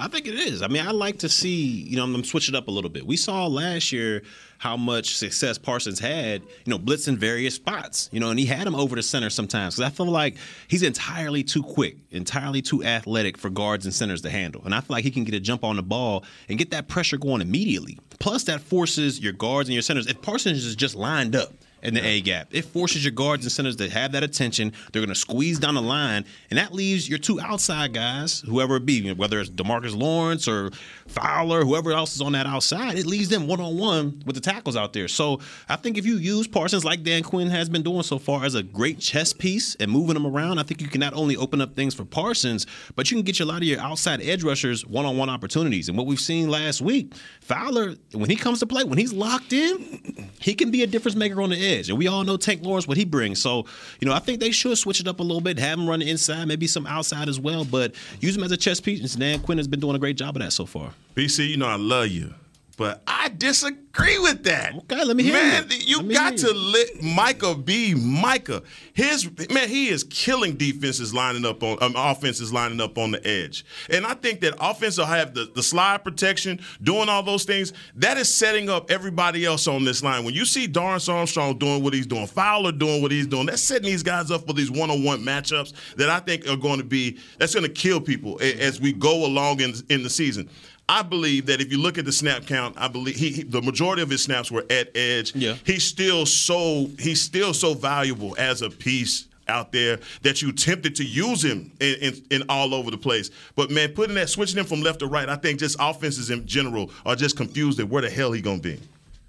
S5: I think it is. I mean, I like to see, you know, I'm, I'm switching up a little bit. We saw last year how much success Parsons had, you know, blitzing various spots, you know, and he had him over the center sometimes because I feel like he's entirely too quick, entirely too athletic for guards and centers to handle. And I feel like he can get a jump on the ball and get that pressure going immediately. Plus, that forces your guards and your centers. If Parsons is just lined up, in the A gap. It forces your guards and centers to have that attention. They're going to squeeze down the line, and that leaves your two outside guys, whoever it be, whether it's Demarcus Lawrence or Fowler, whoever else is on that outside, it leaves them one on one with the tackles out there. So I think if you use Parsons like Dan Quinn has been doing so far as a great chess piece and moving them around, I think you can not only open up things for Parsons, but you can get you a lot of your outside edge rushers one on one opportunities. And what we've seen last week, Fowler, when he comes to play, when he's locked in, he can be a difference maker on the edge edge. And we all know Tank Lawrence what he brings. So, you know, I think they should switch it up a little bit, have him run the inside, maybe some outside as well, but use him as a chess piece. And Dan Quinn has been doing a great job of that so far.
S8: BC, you know I love you, but I disagree with that.
S5: Okay, let me hear
S8: man,
S5: you.
S8: you
S5: Let me
S8: got
S5: hear you.
S8: to let Micah be Micah. His man, he is killing defenses lining up on um, offenses lining up on the edge, and I think that offense will have the, the slide protection, doing all those things. That is setting up everybody else on this line. When you see Darren Armstrong doing what he's doing, Fowler doing what he's doing, that's setting these guys up for these one on one matchups that I think are going to be that's going to kill people a- as we go along in in the season. I believe that if you look at the snap count, I believe he, he- the majority of his snaps were at edge.
S5: Yeah.
S8: He's still so he's still so valuable as a piece out there that you tempted to use him in, in, in all over the place. But man, putting that switching him from left to right, I think just offenses in general are just confused at where the hell he gonna be.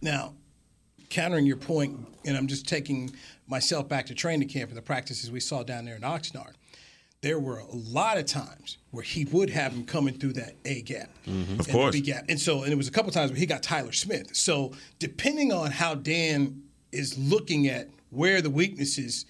S6: Now, countering your point, and I'm just taking myself back to training camp and the practices we saw down there in Oxnard. There were a lot of times where he would have him coming through that A gap, of
S8: course.
S6: B gap, and so and it was a couple times where he got Tyler Smith. So depending on how Dan is looking at where the weaknesses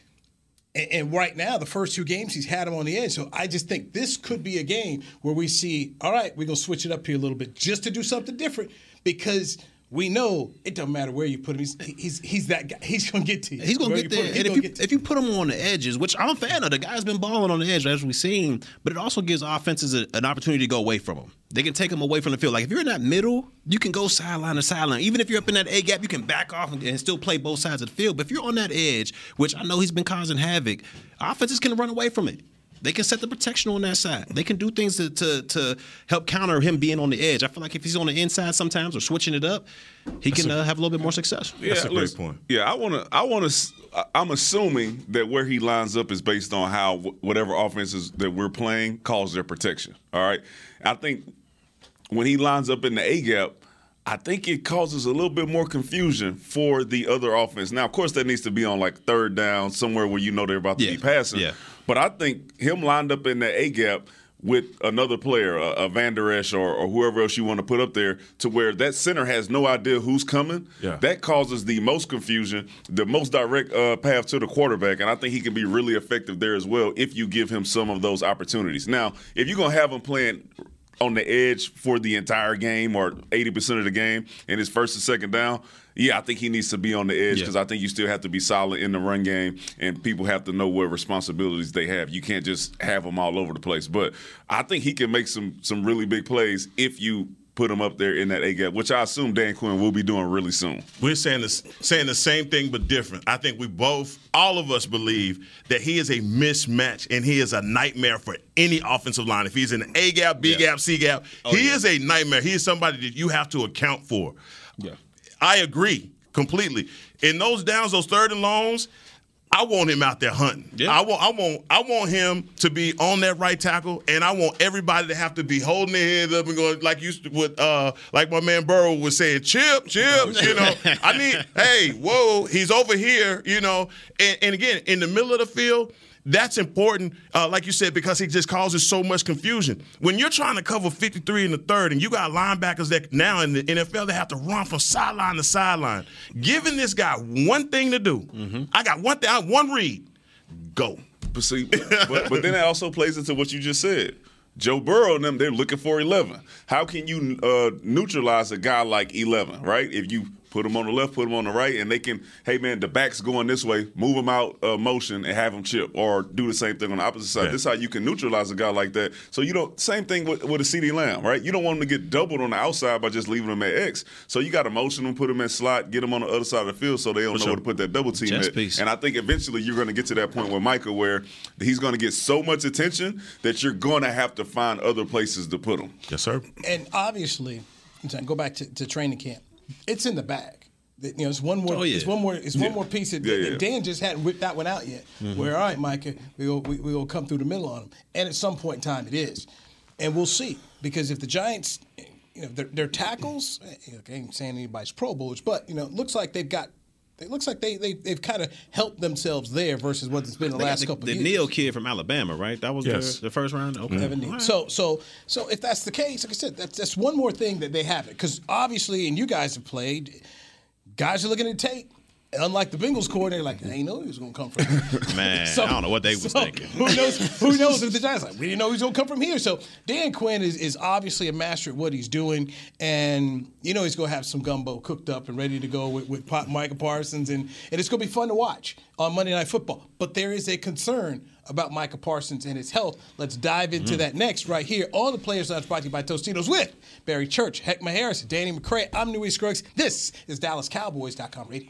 S6: and, and right now, the first two games, he's had him on the edge. So I just think this could be a game where we see, all right, we're going to switch it up here a little bit just to do something different because we know it doesn't matter where you put him. He's, he's, he's that guy. He's going to get to you.
S5: He's gonna
S6: Where
S5: get
S6: you put
S5: there.
S6: him,
S5: And
S6: he's
S5: if
S6: gonna
S5: you
S6: get to
S5: if you put him on the edges, which I'm a fan of, the guy's been balling on the edge as we've seen, but it also gives offenses a, an opportunity to go away from him. They can take him away from the field. Like if you're in that middle, you can go sideline to sideline. Even if you're up in that A gap, you can back off and, and still play both sides of the field. But if you're on that edge, which I know he's been causing havoc, offenses can run away from it. They can set the protection on that side. They can do things to, to to help counter him being on the edge. I feel like if he's on the inside sometimes or switching it up, he can uh, have a little bit more success.
S8: That's a great
S7: listen,
S8: point.
S7: Yeah, I want to. I want to. I'm assuming that where he lines up is based on how wh- whatever offenses that we're playing calls their protection. All right, I think when he lines up in the A gap, I think it causes a little bit more confusion for the other offense. Now, of course, that needs to be on like third down somewhere where you know they're about to
S5: Yeah,
S7: be passing.
S5: yeah.
S7: But I think him lined up in the A gap with another player, a, a Van Der Esch or, or whoever else you want to put up there, to where that center has no idea who's coming.
S8: Yeah.
S7: That causes the most confusion, the most direct uh, path to the quarterback, and I think he can be really effective there as well if you give him some of those opportunities. Now, if you're gonna have him playing on the edge for the entire game or 80% of the game in his first and second down, yeah, I think he needs to be on the edge
S5: Yeah.
S7: because I think you still have to be solid in the run game and people have to know what responsibilities they have. You can't just have them all over the place. But I think he can make some some really big plays if you put him up there in that A gap, which I assume Dan Quinn will be doing really soon.
S8: We're saying this, saying the same thing but different. I think we both, all of us, believe that he is a mismatch and he is a nightmare for any offensive line. If he's in the A gap, B
S5: Yeah.
S8: gap, C gap,
S5: Oh,
S8: he
S5: yeah.
S8: is a nightmare. He is somebody that you have to account for. I agree completely. In those downs, those third and longs, I want him out there hunting.
S5: Yeah.
S8: I want, I want, I want him to be on that right tackle, and I want everybody to have to be holding their head up and going like you with, uh, like my man Burrow was saying, "Chip, Chip," you know. I need, hey, whoa, he's over here, you know. And, and again, in the middle of the field. That's important, uh, like you said, because he just causes so much confusion. When you're trying to cover 53 in the third, and you got linebackers that now in the NFL that have to run from sideline to sideline, giving this guy one thing to do, I got one thing, I one read, go.
S7: But see, but, but then that also plays into what you just said. Joe Burrow and them, they're looking for 11. How can you uh, neutralize a guy like 11, right? If you put them on the left, put them on the right, and they can, hey man, the back's going this way, move them out uh, motion and have them chip, or do the same thing on the opposite side.
S8: Yeah.
S7: This is how you can neutralize a guy like that. So you don't. Same thing with, with a CD Lamb, right? You don't want him to get doubled on the outside by just leaving him at X. So you got to motion them, put them in slot, get them on the other side of the field, so they don't know
S8: sure.
S7: where to put that double team
S5: Chess
S7: at.
S5: piece.
S7: And I think eventually you're going to get to that point with Michael where he's going to get so much attention that you're going to have to find other places to put him.
S8: Yes, sir.
S6: And obviously, to go back to, to training camp. It's in the bag. That, You know, it's one more.
S5: Oh, yeah. Mm-hmm.
S6: It's one more. It's one more piece that,
S7: Yeah,
S6: that
S7: yeah.
S6: Dan just hadn't whipped that one out yet. Where all right, Micah, we will we, we will come through the middle on him, and at some point in time, it is, and we'll see because if the Giants, you know, their, their tackles. eh, Look, I ain't saying anybody's Pro Bowlers, but you know, it looks like they've got. It looks like they they they have kind of helped themselves there versus what it's been the
S5: They got
S6: last
S5: the,
S6: couple
S5: the
S6: of years.
S5: Neil kid from Alabama, right? That was
S8: Yes.
S5: the, the first round. Okay.
S6: Evan Neal.
S5: All right.
S6: So, so, so if that's the case, like I said, that's that's one more thing that they haven't. Because obviously, and you guys have played, guys are looking at tape. And Unlike the Bengals coordinator, like I ain't know he was gonna come from. here."
S5: Man, I don't know what they was thinking.
S6: Who knows? Who knows if the Giants like we didn't know he was gonna come from here. So Dan Quinn is, is obviously a master at what he's doing, and you know he's gonna have some gumbo cooked up and ready to go with, with Pop, Michael Parsons, and and it's gonna be fun to watch on Monday Night Football. But there is a concern about Michael Parsons and his health. Let's dive into that next right here. All the players are brought to you by Tostitos with Barry Church, Heckma Harris, Danny McCray. I'm Newey Scruggs. This is DallasCowboys.com radio.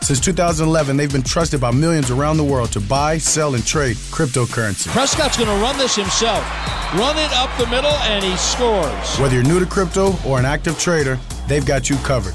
S9: Since 2011, they've been trusted by millions around the world to buy, sell, and trade cryptocurrency.
S3: Prescott's going to run this himself. Run it up the middle, and he scores.
S9: Whether you're new to crypto or an active trader, they've got you covered.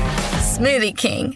S2: Smoothie King,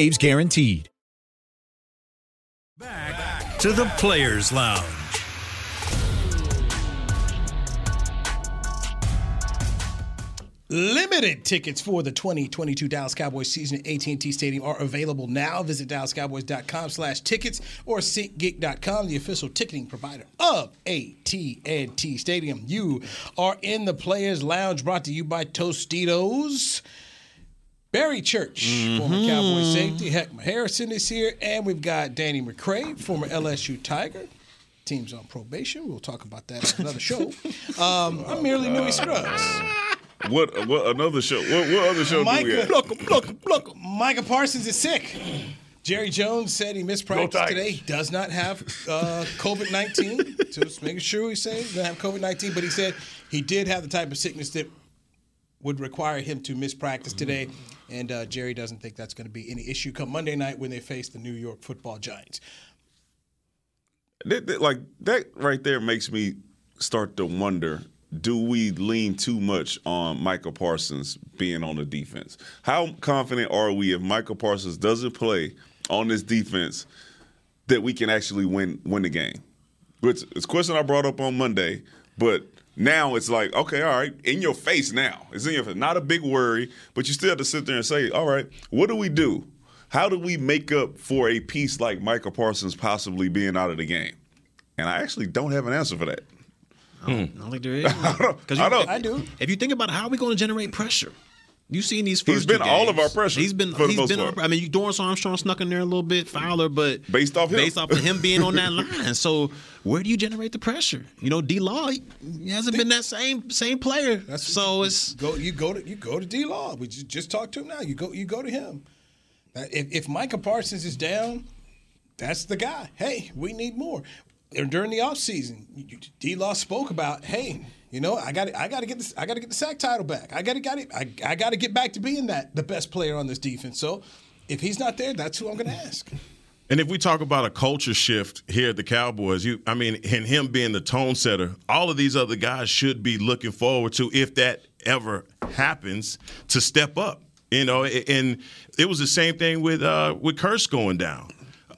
S9: guaranteed.
S4: Back to the Players Lounge.
S6: Limited tickets for the 2022 Dallas Cowboys season at AT&T Stadium are available now. Visit dallascowboys.com slash tickets or SeatGeek.com, the official ticketing provider of AT&T Stadium. You are in the Players Lounge brought to you by Tostitos. Barry Church, former Cowboy safety. Heckma Harrison is here. And we've got Danny McCray, former LSU Tiger. Team's on probation. We'll talk about that on another show. Um, I'm merely Newey Scruggs.
S7: What what another show? What, what other show do we
S6: Micah,
S7: have?
S6: look, look, look. Micah Parsons is sick. Jerry Jones said he missed practice
S7: Tigers.
S6: today. He Does not have uh, COVID nineteen. Just making sure he said he doesn't have COVID nineteen, but he said he did have the type of sickness that would require him to miss practice today. And uh, Jerry doesn't think that's going to be any issue come Monday night when they face the New York Football Giants.
S7: That- that- like that right there makes me start to wonder: Do we lean too much on Michael Parsons being on the defense? How confident are we if Michael Parsons doesn't play on this defense that we can actually win win the game? Which it's a question I brought up on Monday, but Now it's like, okay, all right, in your face now. It's in your face. Not a big worry, but you still have to sit there and say, all right, what do we do? How do we make up for a piece like Michael Parsons possibly being out of the game? And I actually don't have an answer for that.
S5: I don't think there is. Because
S7: I
S5: you-
S7: don't. I do.
S5: If you think about it, how are we going to generate pressure? You seen these
S7: He's
S5: first
S7: been
S5: two
S7: all of
S5: games.
S7: our pressure
S5: He's been
S7: for the
S5: he's
S7: most
S5: been
S7: part.
S5: our- I mean, you Dorrance Armstrong snuck in there a little bit, Fowler, but
S7: Based off him.
S5: based off of him being on that line. So where do you generate the pressure? You know, D Law he he hasn't been that same same player. so it's
S6: Go you go to you go to D Law. We just, just talked to him now. You go you go to him. Now, If if Micah Parsons is down, that's the guy. Hey, we need more. And During the offseason, D Law spoke about, hey, you know, I got I got to get this I got to get the sack title back. I got to got it. I, I got to get back to being that the best player on this defense. So, if he's not there, that's who I'm going to ask.
S8: And if we talk about a culture shift here at the Cowboys, you I mean, and him being the tone setter, all of these other guys should be looking forward to if that ever happens to step up. You know, a- and it was the same thing with uh with Curse going down.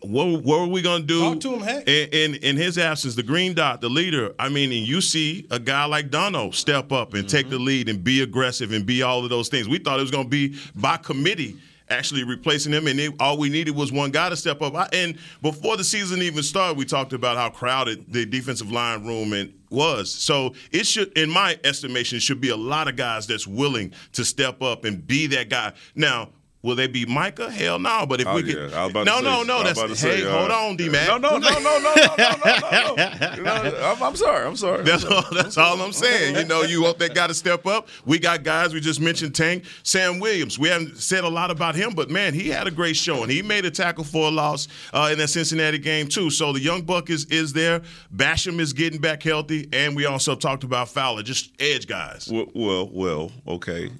S8: What, what are we gonna do?
S6: Talk to him, heck.
S8: in, in in his absence, the green dot, the leader. I mean, and you see a guy like Dono step up and take the
S7: Mm-hmm.
S8: lead and be aggressive and be all of those things. We thought it was going to be by committee actually replacing him, and it, all we needed was one guy to step up. I, and before the season even started, we talked about how crowded the defensive line room and was. So it should, in my estimation, should be a lot of guys that's willing to step up and be that guy. Now. Will they be Micah? Hell no! But if
S7: Oh,
S8: we could,
S7: yeah, I was about to
S8: no,
S7: say- I
S8: no,
S7: was
S8: no,
S7: about to
S8: that's
S7: say,
S8: hey,
S7: uh,
S8: hold on, D man.
S7: No, no, no, no, no, no, no, no, no, no. I'm, I'm sorry. I'm sorry.
S8: That's all, that's all I'm saying. You know, you want that guy to step up. We got guys. We just mentioned Tank, Sam Williams. We haven't said a lot about him, but man, he had a great show and he made a tackle for a loss uh, in that Cincinnati game too. So the young buck is is there. Basham is getting back healthy, and we also talked about Fowler, just edge guys.
S7: Well, well, well okay.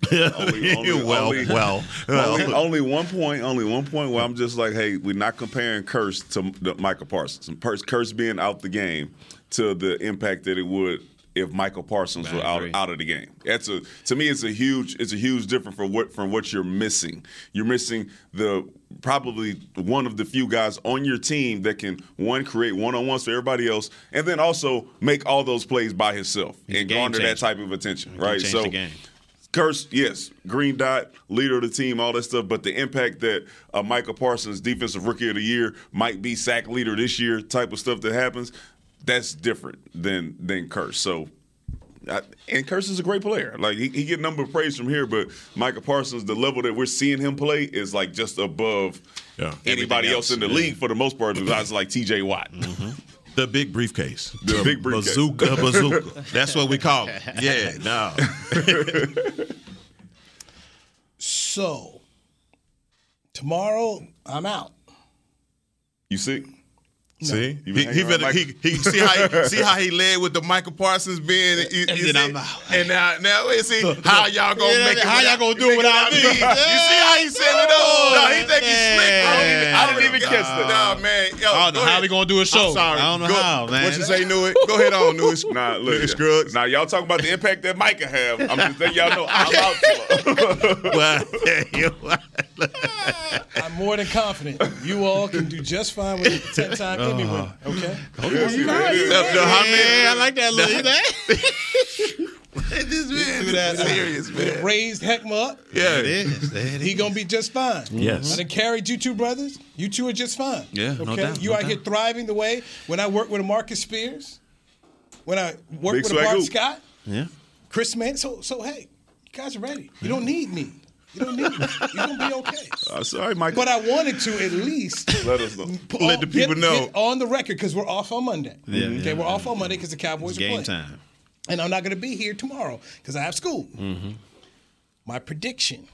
S8: Well, well, well.
S7: only, only one point. Only one point where I'm just like, hey, we're not comparing Curse to the Michael Parsons. Curse, Curse being out the game to the impact that it would if Michael Parsons were out, out of the game. That's a to me, it's a huge, it's a huge difference from what from what you're missing. You're missing the probably one of the few guys on your team that can one create one on ones for everybody else, and then also make all those plays by himself
S5: He's a
S7: and
S5: game
S7: garner that
S5: changer.
S7: type of attention,
S5: can
S7: right?
S5: change the game.
S7: Curse, yes, green dot, leader of the team, all that stuff. But the impact that uh, Michael Parsons, defensive rookie of the year, might be sack leader this year, type of stuff that happens, that's different than than Curse. So, I, and Curse is a great player. Like he, he get a number of praise from here, but Michael Parsons, the level that we're seeing him play is like just above
S8: Yeah.
S7: anybody else,
S8: Everything else,
S7: in the
S8: yeah.
S7: league for the most part, besides like T.J. Watt.
S5: Mm-hmm.
S8: The big briefcase.
S7: The big briefcase.
S8: Bazooka, bazooka. That's what we call it. Yeah, no.
S6: So, tomorrow I'm out.
S7: You sick?
S8: See,
S7: You
S8: he,
S7: been hanging
S8: he,
S7: around
S8: finna- he,
S7: Michael.
S8: he see how he, see how he led with the Michael Parsons being, you, you
S5: then
S8: see?
S5: I'm out.
S8: and now now we see how y'all gonna
S5: Yeah,
S8: make it.
S5: how y'all gonna do it without me?
S8: You see how he set it up? No, he think he's slick. bro.
S5: Man.
S8: I didn't even catch that. Nah, man. Yo,
S5: I don't
S8: go
S5: know how
S8: ahead.
S5: we gonna do a show.
S8: I'm sorry.
S5: I don't know
S8: Go-
S5: how, man.
S8: What you say, Newitt? Go ahead on, Newitt.
S7: Nah, look,
S8: Newey Scruggs.
S7: Now y'all talking about the impact that Micah have. I'm just letting y'all know I'm out. tomorrow.
S8: Well, you know,
S6: I'm more than confident. You all can do just fine with the ten-time
S5: Uh-huh.
S6: Emmy winner. Okay.
S5: Oh,
S8: how many?
S5: yeah, I like that little that.
S8: This man
S5: Do that.
S8: is serious, man.
S6: Raised Heckma up.
S8: Yeah.
S6: He gonna be just fine.
S5: Yes.
S6: I done carried you two brothers. You two are just fine.
S5: Yeah, no
S6: Okay.
S5: doubt,
S6: you
S5: no
S6: out here
S5: doubt.
S6: thriving the way when I work with a Marcus Spears, when I work
S7: Big
S6: with a
S7: swag
S6: Bart
S7: hoop.
S6: Scott,
S5: Yeah.
S6: Chris Man. So so hey, you guys are ready. You don't need me. You don't need me. You're gonna be okay.
S7: I'm sorry, Micah.
S6: But I wanted to at least
S7: let us know.
S6: put
S8: Let
S6: on-
S8: the people
S6: Mm. get-
S8: know.
S6: get on the record because we're off on Monday. okay,
S5: yeah,
S6: we're off on Monday because the Cowboys
S5: It's
S6: are
S5: game
S6: playing.
S5: time.
S6: And I'm not going to be here tomorrow because I have school.
S5: Mm-hmm.
S6: My prediction.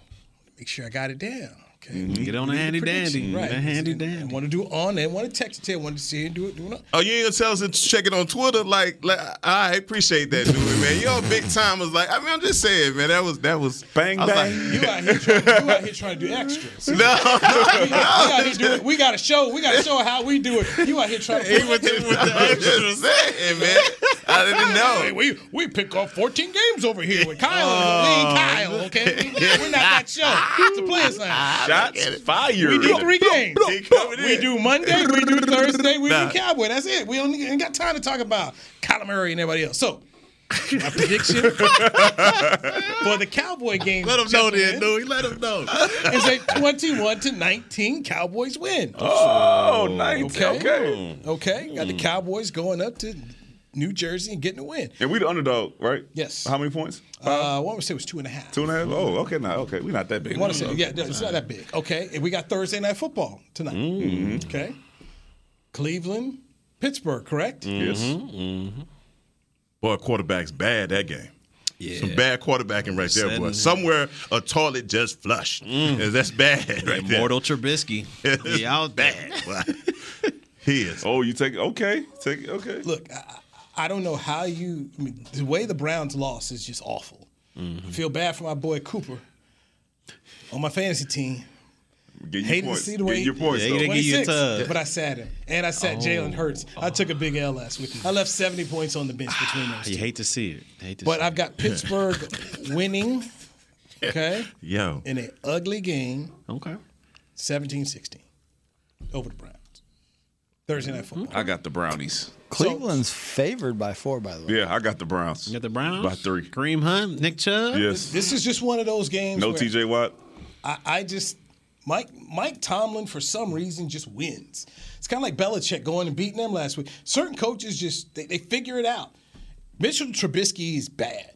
S6: Make sure I got it down. Okay.
S5: Mm-hmm. Get on the handy dandy. The handy
S6: I
S5: dandy.
S6: want to do it on and want to text it to you. I want to see it do it. Do it. on-
S8: Oh, you ain't gonna tell us to check it on Twitter? Like, like I appreciate that, dude, man. You're a big time. Was like, I mean, I'm just saying, man. That was that was
S7: Bang,
S8: I was
S7: bang.
S8: like,
S6: You out here trying, you out here trying to do extras. We,
S8: no,
S6: out here doing, we got to show. We got to show how we do it. You out here trying to.
S8: I'm just saying, man. I didn't
S6: Hey,
S8: know.
S6: we we pick up 14 games over here with Kyle.
S8: Oh. Um,
S6: and Lean Kyle, okay? We're not that show. It's a players line.
S7: Shots fired.
S6: We do three games.
S8: He coming
S6: We
S8: in.
S6: do Monday, we do Thursday, we
S8: Nah.
S6: do Cowboy. That's it. We don't even got time to talk about Kyler Murray and everybody else. So
S5: My prediction
S6: for the Cowboy game.
S5: Let 'em know then,
S6: dude. Let him know. It's a 21 to 19 Cowboys win.
S7: Oh, nice. Okay.
S6: Okay. Got the Cowboys going up to New Jersey and getting a win.
S7: And we the underdog, right?
S6: Yes.
S7: How many points?
S6: Uh, what would say it was two and a half.
S7: Two and a half. Mm. Oh, okay. Now, okay. We're not that big.
S6: I want to say, yeah, it's not that big. Okay, and we got Thursday night football tonight.
S7: Mhm.
S6: Okay, Cleveland, Pittsburgh, correct?
S7: Mm.
S8: Yes.
S5: Mm-hmm.
S8: Boy, quarterback's bad that game. Yeah. Some bad quarterbacking right there, boy.
S5: Sudden-
S8: Somewhere a toilet just flushed. And That's bad right there.
S5: Mm. Mortal Trubisky. He out bad.
S8: He is.
S7: Oh, you take okay. Take okay.
S6: Look, I, I don't know how you. I mean, the way the Browns lost is just awful.
S7: Mm-hmm.
S6: I feel bad for my boy Cooper on my fantasy team.
S7: Get your
S6: Hated
S7: points.
S6: to see the way
S7: Get your points.
S5: Yeah, he
S7: though.
S5: didn't get you a
S6: 26,
S5: tub.
S6: but I sat him, and I sat
S7: Oh.
S6: Jalen Hurts. I took a big L last week. I left seventy points on the bench
S7: Ah,
S6: between those
S5: You
S6: two.
S5: hate to see it. Hate to
S6: But
S5: see
S6: I've got Pittsburgh winning. Okay,
S8: Yo.
S6: in an ugly game.
S5: it. okay.
S6: 17 16 over the Browns. Thursday night football.
S7: I got the brownies.
S10: Cleveland's favored by four, by the way.
S7: Yeah, I got the Browns.
S5: You got the Browns
S7: By three.
S5: Kareem Hunt, Nick Chubb.
S7: Yes.
S6: This is just one of those games.
S7: No
S6: where
S7: T.J. Watt.
S6: I, I just Mike Mike Tomlin for some reason just wins. It's kind of like Belichick going and beating them last week. Certain coaches just they, they figure it out. Mitchell Trubisky is bad.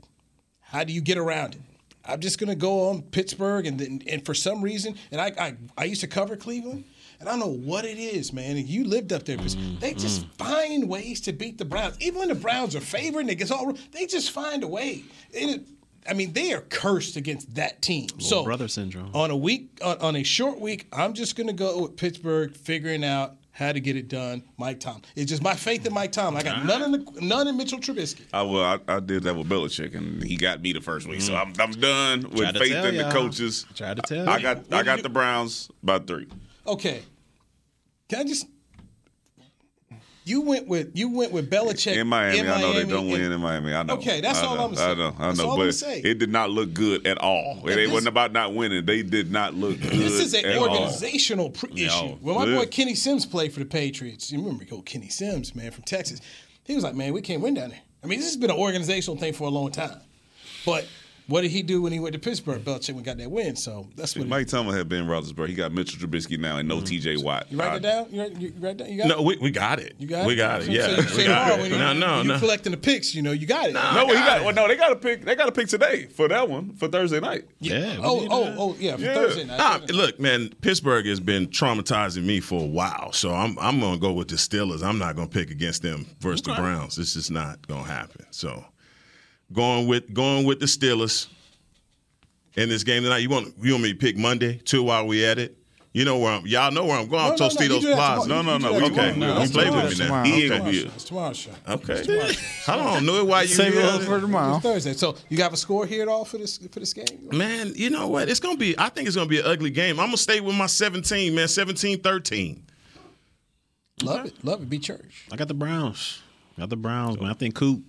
S6: How do you get around it? I'm just gonna go on Pittsburgh and then and for some reason and I I, I used to cover Cleveland. And I don't know what it is, man. And you lived up there, but
S5: Mm-hmm.
S6: they just find ways to beat the Browns. Even when the Browns are favored and it gets all, they just find a way. It- I mean, they are cursed against that team. so
S5: brother syndrome.
S6: on a week on, on a short week, I'm just gonna go with Pittsburgh figuring out how to get it done. Mike Tom. It's just my faith in Mike Tom. I got none in the, none in Mitchell Trubisky.
S7: I well, I, I did that with Belichick, and he got me the first week.
S5: Mm.
S7: So I'm, I'm done with
S5: to
S7: faith
S5: tell
S7: in the
S5: y'all.
S7: coaches.
S5: Tried to tell
S7: I
S5: you.
S7: got I got the Browns by three.
S6: Okay. Can I just you went with you went with Belichick
S7: In Miami, I know they
S6: Miami
S7: don't win
S6: and-
S7: in Miami. I know.
S6: Okay, that's
S7: I
S6: all
S7: know,
S6: I'ma say.
S7: I know. I
S6: That's
S7: know.
S6: all
S7: but
S6: I'ma say.
S7: it did not look good at all. It,
S6: this-
S7: wasn't about not winning. They did not look good.
S6: This is an
S7: at all.
S6: organizational pr- issue.
S7: No.
S6: When my boy
S7: Ugh.
S6: Kenny Sims played for the Patriots, you remember old Kenny Sims, man, from Texas. He was like, man, we can't win down there. I mean, this has been an organizational thing for a long time. But what did he do when he went to Pittsburgh? Belichick and got that win. So that's what.
S7: Mike Tomlin had Ben Roethlisberger. He got Mitchell Trubisky now, and no
S5: Mm-hmm.
S7: T.J. Watt.
S6: you write
S7: I-
S6: it down. You write, you write down. You got
S8: No,
S6: it.
S8: we, we got it.
S6: You got
S8: we
S6: it?
S8: got it.
S6: So-
S8: Yeah.
S6: so you
S8: we
S6: say
S8: got
S6: tomorrow
S8: it.
S6: when
S8: No,
S6: you-
S8: no,
S6: you
S8: no.
S6: collecting the picks, you know, you got it.
S7: No, Oh, he got. Well, no, they got to pick. They got to pick today for that one for Thursday night.
S5: Yeah.
S6: Oh, oh, oh, yeah. For
S7: Yeah.
S6: Thursday night.
S8: Nah, look, man, Pittsburgh has been traumatizing me for a while, so I'm I'm gonna go with the Steelers. I'm not gonna pick against them versus the Browns. It's just not gonna happen. So going with going with the Steelers in this game tonight. You want you want me to pick Monday too while we at it? You know where I'm. Y'all know where I'm going.
S6: No, no,
S8: I'm
S6: no, you
S8: Tostitos
S6: do that
S8: Plaza.
S6: tomorrow.
S7: No, no,
S6: You
S7: no,
S6: do
S7: we
S6: that
S7: won't.
S6: tomorrow.
S7: No,
S8: You play
S6: That's
S8: with me now.
S6: tomorrow.
S7: He
S6: That's
S7: ain't gonna
S6: tomorrow's
S7: be
S6: show.
S7: here.
S6: That's tomorrow's show.
S8: Okay. I don't know why you.
S10: Save it
S8: here.
S10: for
S6: It's
S10: tomorrow.
S6: Thursday. So you have a score here at all for this for this game?
S8: Man, you know what? It's gonna be. I think it's gonna be an ugly game. I'm gonna stay with my 17, man. 17-13.
S6: Love it. Love it. Be church.
S5: I got the Browns. I got the Browns, man. I think Coop.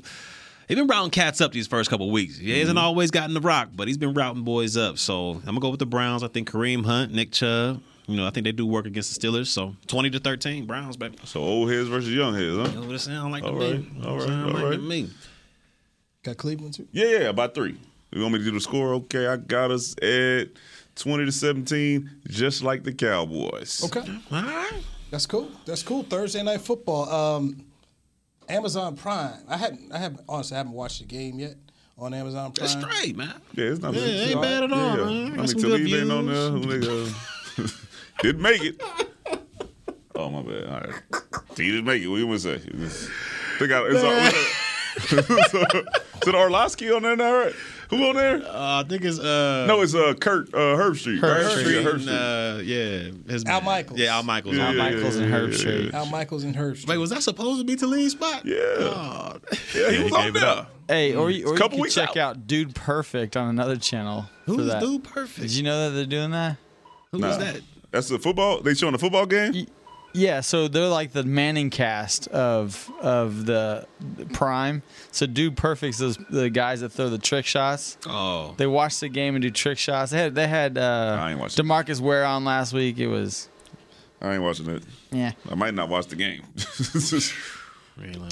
S5: He's been routing cats up these first couple weeks. He hasn't
S7: Mm-hmm.
S5: always gotten the rock, but he's been routing boys up. So I'm gonna go with the Browns. I think Kareem Hunt, Nick Chubb. You know, I think they do work against the Steelers. So 20 to 13, Browns, baby.
S7: So old heads versus young heads, huh?
S5: You know what it sound like
S7: All
S5: to
S7: right,
S5: me.
S7: all right,
S5: Sound
S7: all
S5: like
S7: right.
S5: to me.
S6: Got Cleveland too.
S7: Yeah, yeah, by three. You want me to do the score? Okay, I got us at twenty to seventeen, just like the Cowboys.
S6: Okay.
S5: All right.
S6: That's cool. That's cool. Thursday night football. Um, Amazon Prime. I hadn't. I haven't. Honestly, I haven't watched the game yet on Amazon Prime.
S5: That's straight, man.
S7: Yeah, it's not
S5: Yeah, it ain't bad at
S7: Yeah,
S5: all,
S7: yeah.
S5: man.
S7: I
S5: Got
S7: mean,
S5: some good
S7: Talib ain't on there.
S5: views.
S7: Who nigga- Didn't make it. Oh my bad. All right, he didn't make it. What you gonna say? They got it's all. Is it Orlowski on there now? Right? Who on there?
S5: Uh, I think it's uh
S7: No, it's uh Kurt uh, Herb Street.
S10: Herb
S7: Yeah, Herb
S5: and,
S7: Street.
S5: uh, yeah, his
S6: Al
S5: man.
S6: Michaels.
S5: Yeah, Al Michaels.
S7: Yeah,
S10: Al
S7: yeah,
S10: Michaels
S7: yeah,
S10: and
S7: yeah,
S10: Herb
S7: yeah,
S10: Street.
S6: Al Michaels and Hurst.
S5: Wait, was that supposed to be Talib's spot?
S7: Yeah.
S5: Oh.
S7: yeah, he
S8: he
S7: was
S8: gave
S7: on
S8: it
S7: there.
S8: up.
S10: Hey, or you, or you
S7: Couple
S10: could
S7: weeks
S10: check
S7: out.
S10: out. Dude Perfect on another channel. for
S5: Who's
S10: that.
S5: Dude Perfect?
S10: Did you know that they're doing that?
S5: Who
S7: Nah.
S5: was that?
S7: That's the football. They showing the football game.
S10: Yeah, so they're like the Manning cast of of the the Prime. So Dude Perfect's those the guys that throw the trick shots.
S5: Oh.
S10: They watch the game and do trick shots. They had they had uh,
S7: I ain't watching it.
S10: Demarcus Ware on last week. It was
S7: I ain't watching it.
S10: yeah.
S7: I might not watch the game.
S5: Really?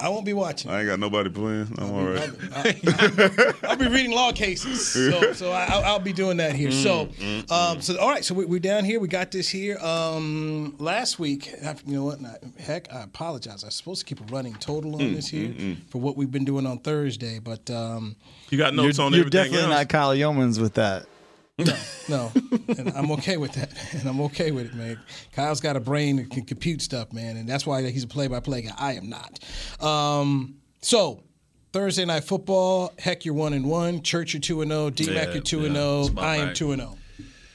S6: I won't be watching.
S7: I ain't got nobody playing. I'm all right.
S6: I'll be reading law cases, so, so I, I'll, I'll be doing that here.
S7: Mm,
S6: so,
S7: mm,
S6: um, so all right. So we, we're down here. We got this here. Um, last week, I, you know what? Not, heck, I apologize. I was supposed to keep a running total on
S8: Mm,
S6: this here
S8: mm, mm.
S6: for what we've been doing on Thursday, but um,
S8: You got
S10: you're
S8: notes on
S10: you're
S8: everything
S10: definitely
S8: else.
S10: not Kyle Yeomans with that.
S6: no, and I'm okay with that, and I'm okay with it, man. Kyle's got a brain that can compute stuff, man, and that's why he's a play-by-play guy. I am not. Um, so Thursday night football. Heck, you're one and one. Church, you're two and zero. D Mac,
S5: Yeah,
S6: you're two and
S5: yeah,
S6: zero.
S5: it's about
S6: I am
S5: right.
S6: two and zero.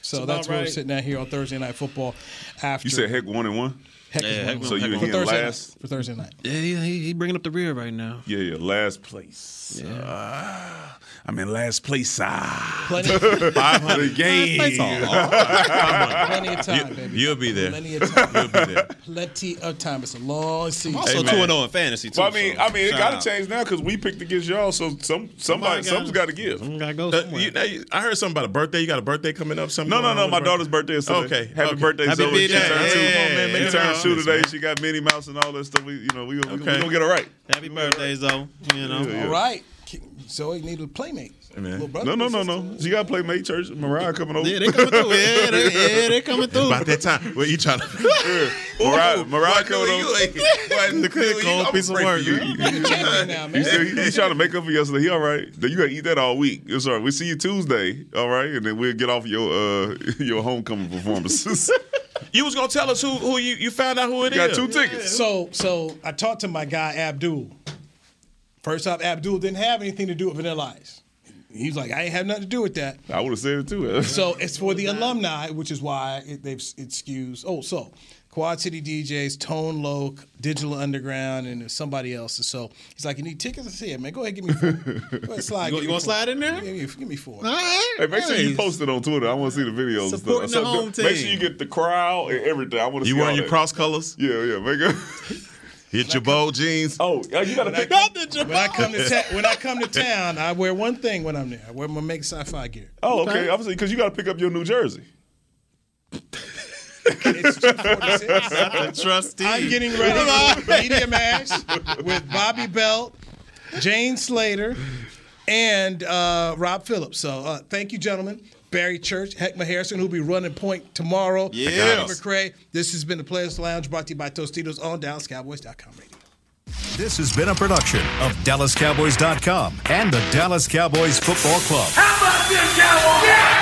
S6: So
S5: It's
S6: that's
S5: about
S6: where we're
S5: right.
S6: sitting out here on Thursday night football. After
S7: You said heck one and one.
S6: Heck is one and
S7: So
S6: one.
S7: you in
S6: for
S7: here
S6: Thursday
S7: last?
S6: night, for Thursday night.
S5: Yeah, yeah, he, he bringing up the rear right now.
S7: Yeah, yeah, last place. Ah, I'm in last place. Ah,
S6: Plenty-
S7: five hundred games.
S6: Last place, aw. Plenty of time,
S8: You-
S6: baby.
S8: You'll be there.
S6: Plenty of time.
S8: You'll be there.
S6: Plenty of time. It's a long season.
S8: also Hey, man. 2-0 in fantasy, too,
S7: Well, I mean,
S8: so
S7: I mean, it
S8: shout
S7: got
S8: out.
S7: to change now because we picked against y'all. So some somebody,
S8: Somebody
S7: something's got to
S8: gotta-
S7: give. Someone got to go.
S8: Uh, you- now you- I heard something about a birthday. You got a birthday coming up? Something
S7: No, no,
S8: going
S7: no.
S8: on
S7: My
S8: with a
S7: daughter's birthday is today.
S8: Okay.
S7: Happy
S8: okay.
S7: birthday, Zoe. She
S8: birthday.
S7: turned two.
S8: Come on, man. Make
S7: She
S8: it
S7: turned
S8: happen.
S7: two today. She got Minnie Mouse and all that stuff. We, you know, we, we, we,
S8: Okay.
S7: gonna get it right.
S5: Happy birthday, Zoe. You know.
S7: Yeah, yeah.
S6: All right. Zoe needed a playmate. Little brother.
S7: No, no, no, no. She got to play May Church. Mariah coming over.
S6: Yeah, they coming through. Yeah, they- yeah, they
S5: coming
S8: It's About that time. Well, you trying to.
S7: Mariah, Mariah
S8: Why
S7: coming
S8: couldn't
S7: over.
S8: you- why couldn't you- I'm afraid for you.
S7: You said he, he's trying to make up for yesterday. He all right. Then you gotta eat that all week. It's all right. We see you Tuesday. All right, and then we'll get off your uh your homecoming performances.
S8: You was gonna tell us who who you, you found out who it is.
S6: So, so I talked to my guy Abdul. First off, Abdul didn't have anything to do with Vanilla Ice. He was like, I ain't have nothing to do with that.
S7: I would have said it too.
S6: so it's for the alumni, which is why it, they've it skews. Oh, so Quad City DJs, Tone Loc, Digital Underground, and there's somebody else. So he's like, you need tickets? I said, yeah, man, go ahead, give me four. Go ahead, slide.
S5: You-
S6: give
S5: you
S6: me four.
S5: wanna slide in there?
S6: Give me, give me four.
S7: Hey, make sure you post it on Twitter. I want to see the videos.
S6: Supporting
S7: and
S6: the
S7: stuff.
S6: home
S7: Make
S6: team.
S7: sure you get the crowd and everything. I want to.
S8: You
S7: see
S8: wearing
S7: all
S8: your
S7: that.
S8: cross colors?
S7: Yeah, yeah. Make it.
S8: Hit your bow jeans.
S7: Oh, you gotta pick
S8: up
S5: the
S6: When I come to ta- when I come to town, I wear one thing when I'm there. I wear my make sci-fi gear.
S7: Oh, okay. Obviously, because you got to pick up your New Jersey.
S8: trustee.
S6: I'm getting ready for Media Mash with Bobby Belt, Jane Slater, and uh, Rob Phillips. So uh, thank you, gentlemen. Barry Church, Heckma Harrison, who'll be running point tomorrow.
S11: Yes.
S6: Steve McCray. This has been the Players Lounge brought to you by Tostitos on DallasCowboys.com.
S1: This has been a production of DallasCowboys.com and the Dallas Cowboys Football Club.
S11: How about this, Cowboys? Yeah!